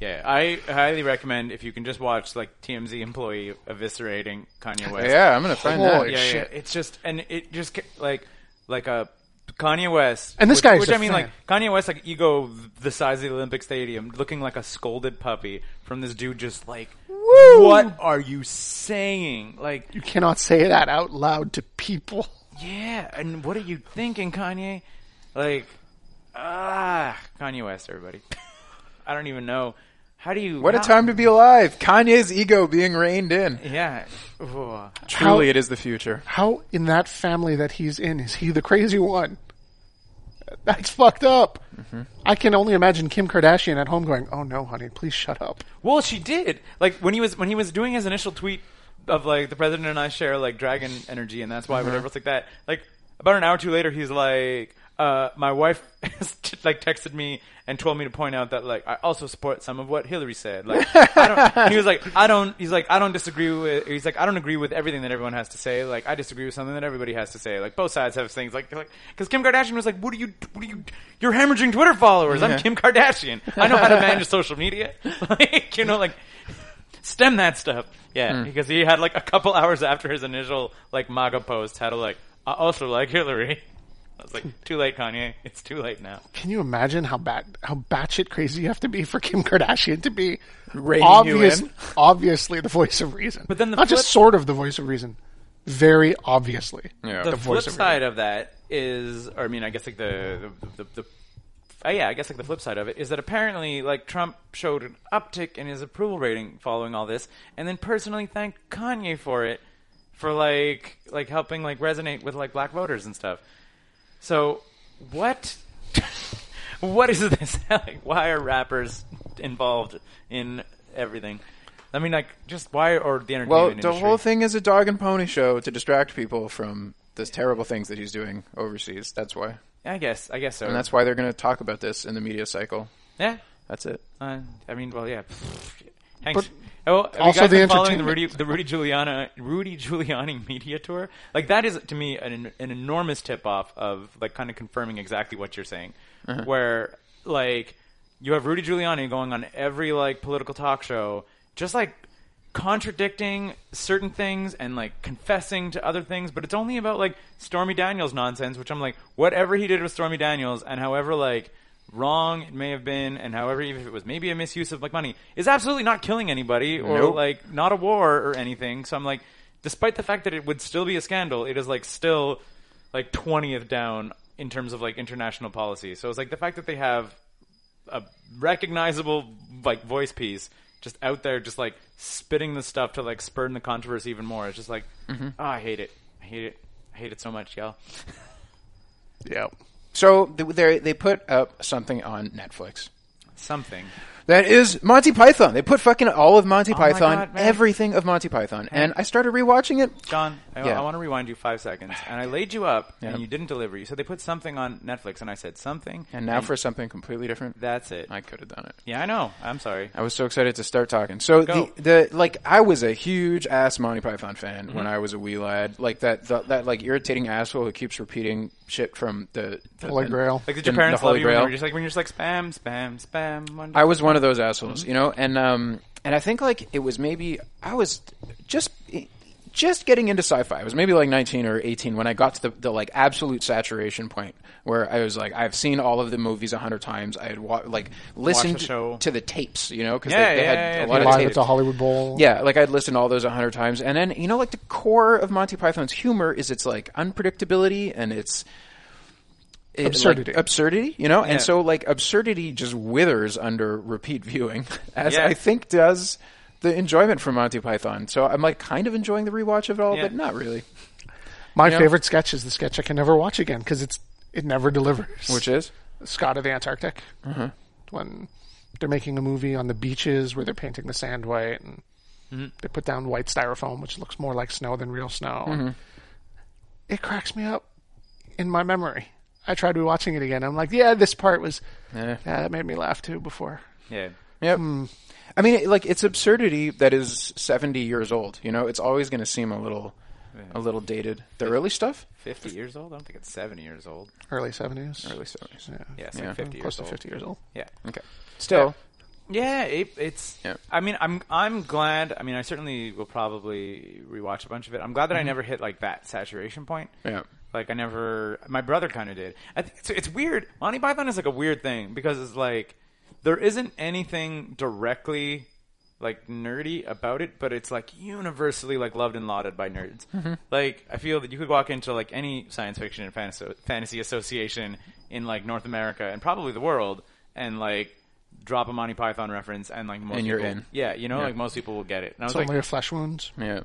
B: Yeah, I highly recommend if you can just watch like TMZ employee eviscerating Kanye West.
C: Yeah, I'm going to find
A: Holy
C: that.
B: yeah,
A: shit.
B: yeah. It's just and it just ca- like like a Kanye West
A: And this
B: which,
A: guy is
B: which
A: a
B: I mean,
A: fan.
B: like Kanye West, like ego the size of the Olympic Stadium, looking like a scolded puppy from this dude, just like, what are you saying? Like,
A: You cannot say that out loud to people.
B: yeah, and what are you thinking, Kanye? Like, ah, Kanye West, everybody. I don't even know. How do you?
C: What a
B: how-
C: time to be alive. Kanye's ego being reined in.
B: Yeah. Ugh.
C: Truly, it is the future.
A: How in that family that he's in is he the crazy one? That's fucked up.
B: Mm-hmm.
A: I can only imagine Kim Kardashian at home going, "Oh no, honey, please shut up."
B: Well, she did. Like when he was when he was doing his initial tweet of like the president and I share like dragon energy and that's why whatever it's like that. Like about an hour or two later, he's like, uh, "My wife has t- like texted me and told me to point out that like I also support some of what Hillary said. Like I don't, and he was like I don't. He's like I don't disagree with. He's like I don't agree with everything that everyone has to say. Like I disagree with something that everybody has to say. Like both sides have things. Like because Kim Kardashian was like, what are you? What are you? You're hemorrhaging Twitter followers. I'm Kim Kardashian. I know how to manage social media. like you know like stem that stuff. Yeah, because he had like a couple hours after his initial like MAGA post had a like I also like Hillary. I was like, too late, Kanye. It's too late now.
A: Can you imagine how bat how batshit crazy you have to be for Kim Kardashian to be
C: Reining you
A: obvious,
C: in.
A: obviously the voice of reason?
B: But then the
A: not just
B: flip-
A: sort of the voice of reason, very obviously.
C: Yeah.
B: The, flip
A: voice of
B: side of that is, or I mean, I guess like the the the. the uh, yeah, I guess like the flip side of it is that apparently like Trump showed an uptick in his approval rating following all this, and then personally thanked Kanye for it, for like like helping like resonate with like black voters and stuff. So what? what is this? like, why are rappers involved in everything? I mean, like, just why or the entertainment
C: Well, the
B: industry?
C: whole thing is a dog and pony show to distract people from the terrible things that he's doing overseas. That's why.
B: I guess, I guess so.
C: And that's why they're going to talk about this in the media cycle.
B: yeah.
C: That's it.
B: Uh, I mean, well, yeah.
A: But
B: Hanks. Oh, have
A: also
B: you guys
A: the
B: been following the
A: entertainment.
B: Rudy, the Rudy Giuliani, Rudy Giuliani media tour. Like that is to me an, an enormous tip off of like kind of confirming exactly what you're saying, where like you have Rudy Giuliani going on every like political talk show, just like contradicting certain things and like confessing to other things, but it's only about like Stormy Daniels nonsense, which I'm like, whatever he did with Stormy Daniels and however like wrong it may have been and however even if it was maybe a misuse of like money is absolutely not killing anybody or
C: Nope.
B: like not a war or anything. So I'm like, despite the fact that it would still be a scandal, it is like still like 20th down in terms of like international policy. So it's like the fact that they have a recognizable like voice piece just out there just like spitting the stuff to like spurn the controversy even more it's just like
C: Mm-hmm.
B: "Ah, i hate it i hate it i hate it so much y'all
A: Yeah.
C: So they- they they put up something on Netflix.
B: something
C: That is Monty Python. They put fucking all of Monty
B: Oh my
C: Python,
B: God, man.
C: everything of Monty Python, and I started rewatching it.
B: john i,
C: Yeah.
B: I want to rewind you five seconds and i laid you up
C: Yep.
B: and you didn't deliver you said they put something on netflix and i said something
C: And now for something completely different.
B: that's it
C: I could have done it.
B: yeah i know i'm sorry
C: I was so excited to start talking. So
B: Go.
C: the the like I was a huge ass Monty Python fan
B: Mm-hmm.
C: when I was a wee lad. Like that the, that like irritating asshole who keeps repeating shit from the, the
A: Holy
C: the-
A: Grail.
B: like did
C: the-
B: your parents
C: the
B: love
C: Holy
B: you when you
C: Grail.
B: were just like when you're just like spam spam spam one
C: I was one of those assholes,
B: Mm-hmm.
C: you know, and um, and I think like it was maybe I was just just getting into sci-fi. I was maybe like nineteen or eighteen when I got to the, the like absolute saturation point where I was like, I've seen all of the movies a hundred times. I had wa- like listened
B: show.
C: to the tapes, you know, because
B: Yeah,
C: they, they
B: yeah,
C: had
B: yeah, yeah.
C: a lot of
B: Live
A: Live
C: tapes.
A: at the Hollywood Bowl.
C: Yeah, like I'd listened to all those a hundred times, and then you know, like the core of Monty Python's humor is its like unpredictability and its it- like,
A: Absurdity.
C: absurdity, you know,
B: Yeah.
C: and so like absurdity just withers under repeat viewing, as
B: Yeah.
C: I think does the enjoyment from Monty Python. So I'm like kind of enjoying the rewatch of it all,
B: Yeah.
C: but not really.
A: My
C: Yeah.
A: favorite sketch is the sketch I can never watch again because it's it never delivers.
C: Which is
A: Scott of the Antarctic
B: Mm-hmm.
A: when they're making a movie on the beaches where they're painting the sand white and
B: Mm-hmm.
A: they put down white styrofoam, which looks more like snow than real snow.
B: Mm-hmm.
A: It cracks me up in my memory. I tried rewatching it again. I'm like, yeah, this part was
C: Eh.
A: yeah, that made me laugh too before.
B: yeah
C: Yep. I mean, it- like it's absurdity that is 70 years old. You know, it's always going to seem a little, a little dated. The early stuff,
B: 50 years old i don't think it's 70 years old
A: Early seventies,
C: early seventies.
A: yeah,
B: yeah it's
C: Yeah.
B: like 50
A: close
B: years
A: to
B: old
A: fifty years old.
B: yeah
C: Okay, still.
B: Yeah, it, it's.
C: Yeah.
B: I mean, I'm I'm glad. I mean, I certainly will probably rewatch a bunch of it. I'm glad that I never hit like that saturation point.
C: Mm-hmm. Yeah.
B: Like I never. My brother kind of did. I think it's, it's weird. Monty Python is like a weird thing because it's like there isn't anything directly like nerdy about it, but it's like universally like loved and lauded by nerds.
C: Mm-hmm.
B: Like I feel that you could walk into like any science fiction and fantasy, fantasy association in like North America and probably the world, and like drop a Monty Python reference, and like most
C: And you're
B: people,
C: in.
B: yeah, you know, like most people will get it. And I was
A: It's
B: like,
A: only a flesh wound.
C: Yeah.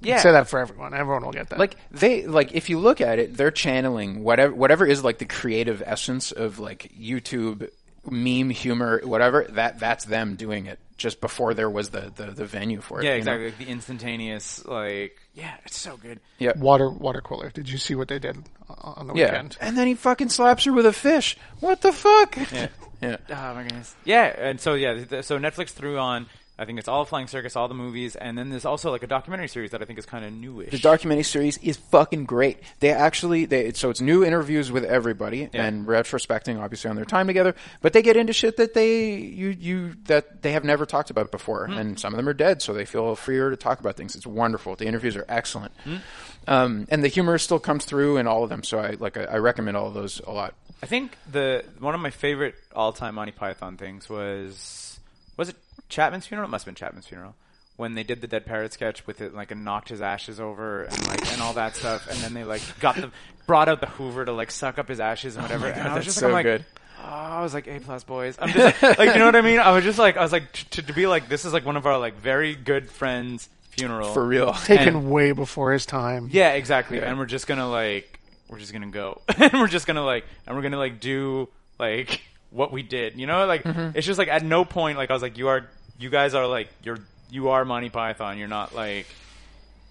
B: yeah,
A: Say that for everyone. Everyone will get that.
C: Like they like if you look at it, they're channeling whatever whatever is like the creative essence of like YouTube meme humor, whatever. That that's them doing it. just before there was the, the, the venue for it.
B: Yeah,
C: you know?
B: exactly. Like the instantaneous, like, yeah, it's so good.
C: Yeah.
A: Water water cooler. Did you see what they did o- on the
C: Yeah.
A: weekend?
C: And then he fucking slaps her with a fish. What the fuck?
B: Yeah.
C: yeah.
B: Oh my goodness. Yeah, and so yeah, th- so Netflix threw on. I think it's all Flying Circus, all the movies, and then there's also like a documentary series that I think is kind of newish.
C: The documentary series is fucking great. They actually, they so it's new interviews with everybody and retrospecting, obviously, on their time together. But they get into shit that they you you that they have never talked about before,
A: Hmm.
C: and some of them are dead, so they feel freer to talk about things. It's wonderful. The interviews are excellent,
A: Hmm.
C: um, and the humor still comes through in all of them. So I like I, I recommend all of those a lot.
B: I think the one of my favorite all-time Monty Python things was was it Chapman's funeral? It must have been Chapman's funeral when they did the dead parrot sketch with it, like and knocked his ashes over and like and all that stuff, and then they like got the brought out the Hoover to like suck up his ashes and whatever. and I was
C: Oh that's
B: just
C: so
B: like, I'm like,
C: good.
B: "Oh," I was like A plus boys. I'm just like, like, you know what I mean. I was just like, I was like to, to be like, this is like one of our like very good friends' funeral
C: For real.
A: Taken
B: And-
A: way before his time.
B: yeah, exactly. And we're just gonna like, we're just gonna go, and we're just gonna like, and we're gonna like do like what we did. You know, like it's just like at no point like I was like, you are, you guys are like, you're, you are Monty Python. You're not like,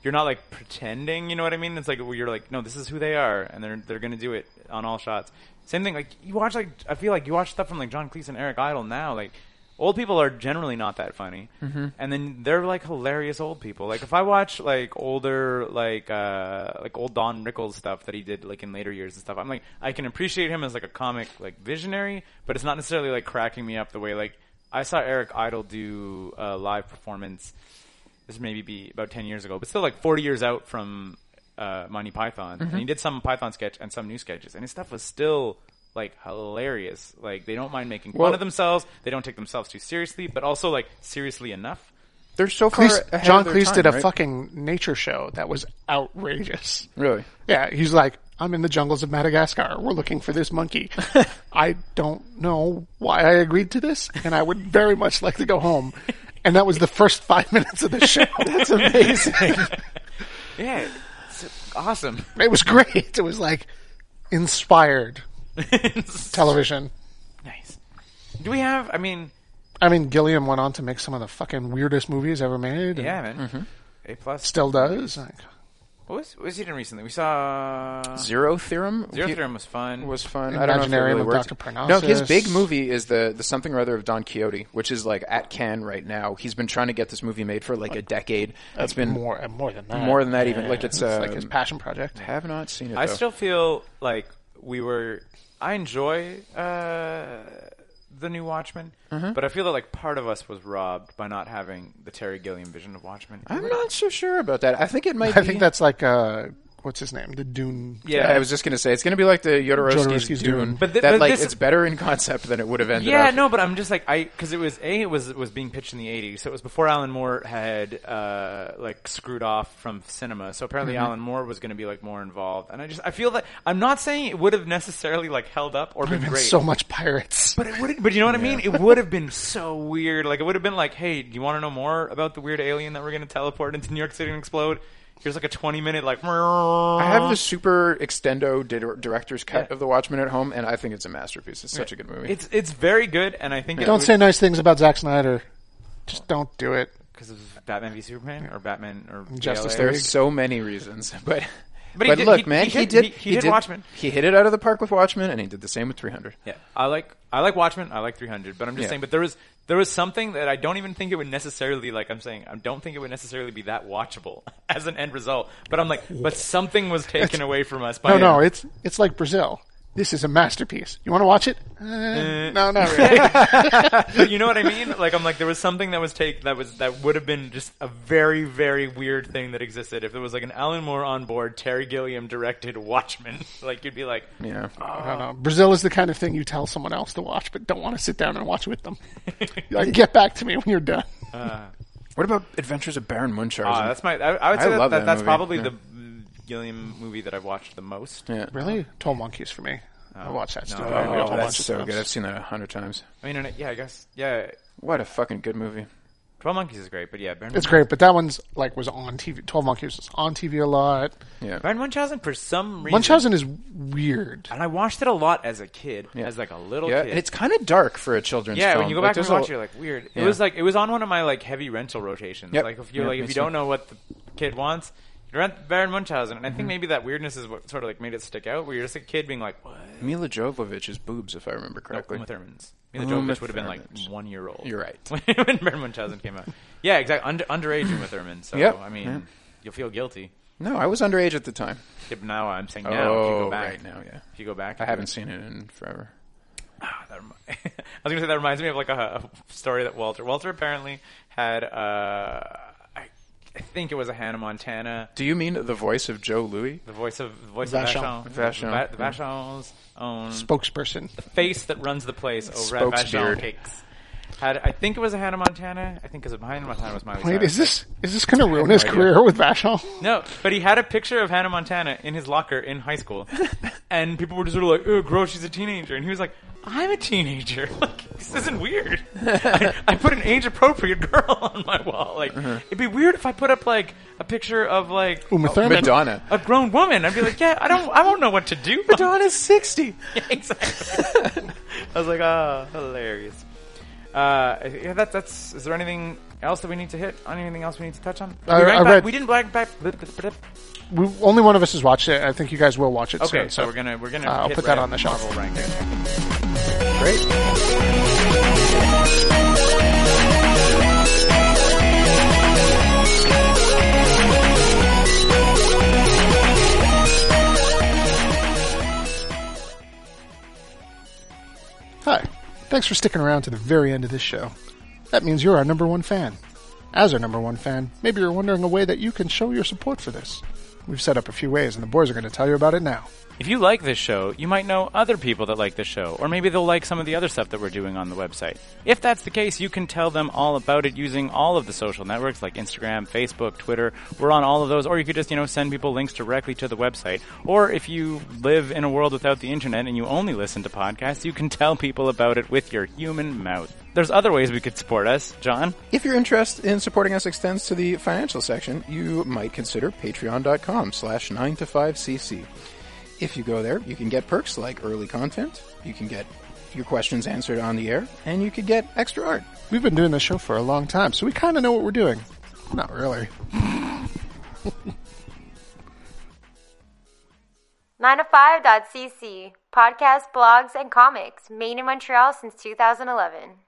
B: you're not like pretending. You know what I mean? It's like you're like, no, this is who they are, and they're they're gonna do it on all shots. Same thing. Like you watch like I feel like you watch stuff from like John Cleese and Eric Idle now. Like old people are generally not that funny, and then they're like hilarious old people. Like if I watch like older like uh like old Don Rickles stuff that he did like in later years and stuff, I'm like I can appreciate him as like a comic like visionary, but it's not necessarily like cracking me up the way like I saw Eric Idle do a live performance this maybe be about 10 years ago, but still like 40 years out from uh, Monty Python.
C: Mm-hmm.
B: And he did some Python sketch and some new sketches, and his stuff was still like hilarious. Like they don't mind making
C: Well-
B: fun of themselves, they don't take themselves too seriously, but also like seriously enough.
C: They're so far.
A: Cleese-
C: ahead
A: John
C: of their
A: Cleese
C: time,
A: did a
C: right?
A: fucking nature show that was outrageous.
C: really.
A: Yeah, he's like, I'm in the jungles of Madagascar. We're looking for this monkey. I don't know why I agreed to this, and I would very much like to go home. And that was the first five minutes of the show. That's amazing.
B: Yeah, it's awesome.
A: it was great. It was like inspired television.
B: nice. Do we have? I mean,
A: I mean, Gilliam went on to make some of the fucking weirdest movies ever made. and
B: yeah, man.
C: Mm-hmm.
B: A plus.
A: Still does. Like,
B: What was, what was he doing recently? We saw
C: Zero theorem.
B: Zero
C: He-
B: Theorem was fun.
C: was fun. I don't know if it
A: Imaginarium
C: really
A: of
C: works.
A: Dr.
C: No, his
A: Parnassus.
C: big movie is the the something or other of Don Quixote, which is like at Cannes right now. He's been trying to get this movie made for like a decade. It's been more,
A: more, more than that.
C: than that even. Like it's,
A: It's like
C: um,
A: his passion project.
C: have not seen it.
B: I
C: though.
B: still feel like we were. I enjoy uh, the new Watchmen, but I feel that like part of us was robbed by not having the Terry Gilliam vision of Watchmen.
C: I'm not so sure about that. I think it might.
A: I
C: be,
A: think that's like, uh, what's his name? The Dune.
B: yeah,
C: I was just gonna say it's gonna be like the Jodorowsky's
A: Jodorowsky's
C: Dune.
A: Dune.
B: But thi-
C: that
B: but
C: like
B: this-
C: it's better in concept than it would have ended.
B: yeah,
C: up.
B: no, but I'm just like I because it was a it was it was being pitched in the '80s, so it was before Alan Moore had uh, like screwed off from cinema. So apparently Alan Moore was going to be like more involved, and I just I feel that I'm not saying it would have necessarily like held up or been
A: There's
B: great.
A: so much pirates.
B: But it would, but you know what I mean. It would have been so weird. Like it would have been like, hey, do you want to know more about the weird alien that we're going to teleport into New York City and explode? Here's like a 20 minute like.
C: I
B: uh,
C: have the super extendo di- director's cut of The Watchmen at home, and I think it's a masterpiece. It's such a good movie.
B: It's it's very good, and I think it
A: Don't say nice things about Zack Snyder. Just don't do it.
B: because of Batman v Superman or Batman or
A: Justice
B: BLA.
A: League.
C: There's so many reasons, but
B: But he did-
C: look,
B: he-
C: man,
B: he
C: he,
B: hit-
C: did
B: he- he did Watchmen.
C: He hit it out of the park with Watchmen, and he did the same with 300.
B: Yeah, I like I like Watchmen. I like 300, but I'm just
C: Yeah.
B: saying. But there was there was something that I don't even think it would necessarily like. I'm saying I don't think it would necessarily be that watchable as an end result. But I'm like, but something was taken away from us by
A: No, no,
B: it.
A: it's it's like Brazil. This is a masterpiece. You want to watch it? Uh,
B: Eh.
A: no, not really.
B: But you know what I mean? Like I'm like there was something that was take that was that would have been just a very very weird thing that existed if there was like an Alan Moore on board Terry Gilliam directed Watchmen. Like you'd be like,
C: Yeah.
B: Uh,
A: I don't know. Brazil is the kind of thing you tell someone else to watch, but don't want to sit down and watch with them. You're like, get back to me when you're done.
C: What about Adventures of Baron Munchausen?
B: ah, that's my. I, I would say
C: I
B: that,
C: love
B: that,
C: that
B: that's
C: movie,
B: probably
C: yeah.
B: the uh, Gilliam movie that I've watched the most.
C: yeah.
A: really? Tall Monkeys for me. I watch that stupid movie.
C: Oh,
A: I'll watch
C: that's
A: it
C: so
A: once.
C: good. I've seen that a hundred times.
B: I mean, and it- yeah, I guess yeah.
C: What a fucking good movie.
B: Twelve Monkeys is great, but yeah, Baron,
A: It's great, but that one's like was on TV. Twelve Monkeys was on TV a lot.
C: Yeah.
B: Baron Munchausen for some reason.
A: Munchausen is weird.
B: and I watched it a lot as a kid,
C: Yeah.
B: as like a little
C: Yeah,
B: kid.
C: and it's kind of dark for a children's
B: yeah,
C: film.
B: when you go
C: Like,
B: back and
C: there's a-
B: watch it, you're like weird.
C: Yeah.
B: It was like it was on one of my like heavy rental rotations.
C: Yep.
B: Like if you
C: Yeah,
B: are like
C: me
B: if you
C: too.
B: don't know what the kid wants, you rent Baron Munchausen, and I
C: Mm-hmm.
B: think maybe that weirdness is what sort of like made it stick out. Where you're just a kid being like, what?
C: Mila Jovovich is boobs, if I remember
B: No,
C: correctly.
B: Uma Thurman's. Mila
C: Uma
B: Jovovich would have been like
C: Thurman's.
B: one year old.
C: You're right.
B: when Baron Munchausen came out. Yeah, exactly. Under, underage Uma Thurman. So
C: Yep.
B: I mean,
C: Yeah.
B: you'll feel guilty.
C: no, I was underage at the time.
B: Yeah, but now I'm saying now. if you
C: oh,
B: go back,
C: right now, yeah.
B: If you go back,
C: I haven't seen it in forever.
B: Ah, that remi- I was gonna say that reminds me of like a, a story that Walter. Walter apparently had. Uh, I, I think it was a Hannah Montana,
C: Do you mean the voice of Joe Louis?
B: the voice of the voice
A: Vachon.
B: of Vachon,
C: Vachon,
B: Va-
C: yeah.
B: Vachon's own
A: Spokesperson.
B: face that runs the place over at
C: Spokesbeard.
B: Vachon Cakes. Had I think it was a Hannah Montana. I think it was a Hannah Montana was Miley
A: Wait,
B: Cyrus.
A: is this is this going to ruin his
C: idea.
A: career with Vashon?
B: No, but he had a picture of Hannah Montana in his locker in high school, and people were just sort of like, "Oh, gross, she's a teenager," and he was like, "I'm a teenager. Like, this isn't weird. I, I put an age-appropriate girl on my wall. Like, it'd be weird if I put up like a picture of like
A: Uma Thurman.
C: Madonna.
B: a grown woman. I'd be like, "Yeah, I don't, I won't know what to do."
C: Madonna's 60.
B: Yeah, exactly. I was like, "Oh, hilarious." Uh, yeah, that, that's. Is there anything else that we need to hit? Anything else we need to touch on?
A: I-
B: we, ranked
A: I
B: back-
A: read-
B: we didn't black back.
A: We, only one of us has watched it. I think you guys will watch it.
B: Okay,
A: soon,
B: so, we're gonna we're gonna.
A: uh, I'll
B: hit
A: put that
B: right
A: on the shelf.
B: Marvel ranking.
C: Great.
A: Hi. Thanks for sticking around to the very end of this show. That means you're our number one fan. As our number one fan, maybe you're wondering a way that you can show your support for this. We've set up a few ways, and the boys are going to tell you about it now.
B: If you like this show, you might know other people that like this show, or maybe they'll like some of the other stuff that we're doing on the website. If that's the case, you can tell them all about it using all of the social networks like Instagram, Facebook, Twitter. We're on all of those, or you could just, you know, send people links directly to the website. Or if you live in a world without the internet and you only listen to podcasts, you can tell people about it with your human mouth. There's other ways we could support us, John.
C: If your interest in supporting us extends to the financial section, you might consider patreon.com slash 9to5cc. If you go there, you can get perks like early content, you can get your questions answered on the air, and you could get extra art.
A: We've been doing this show for a long time, so we kind of know what we're doing. Not really.
D: Nine to five cc podcast blogs and comics made in Montreal since 2011.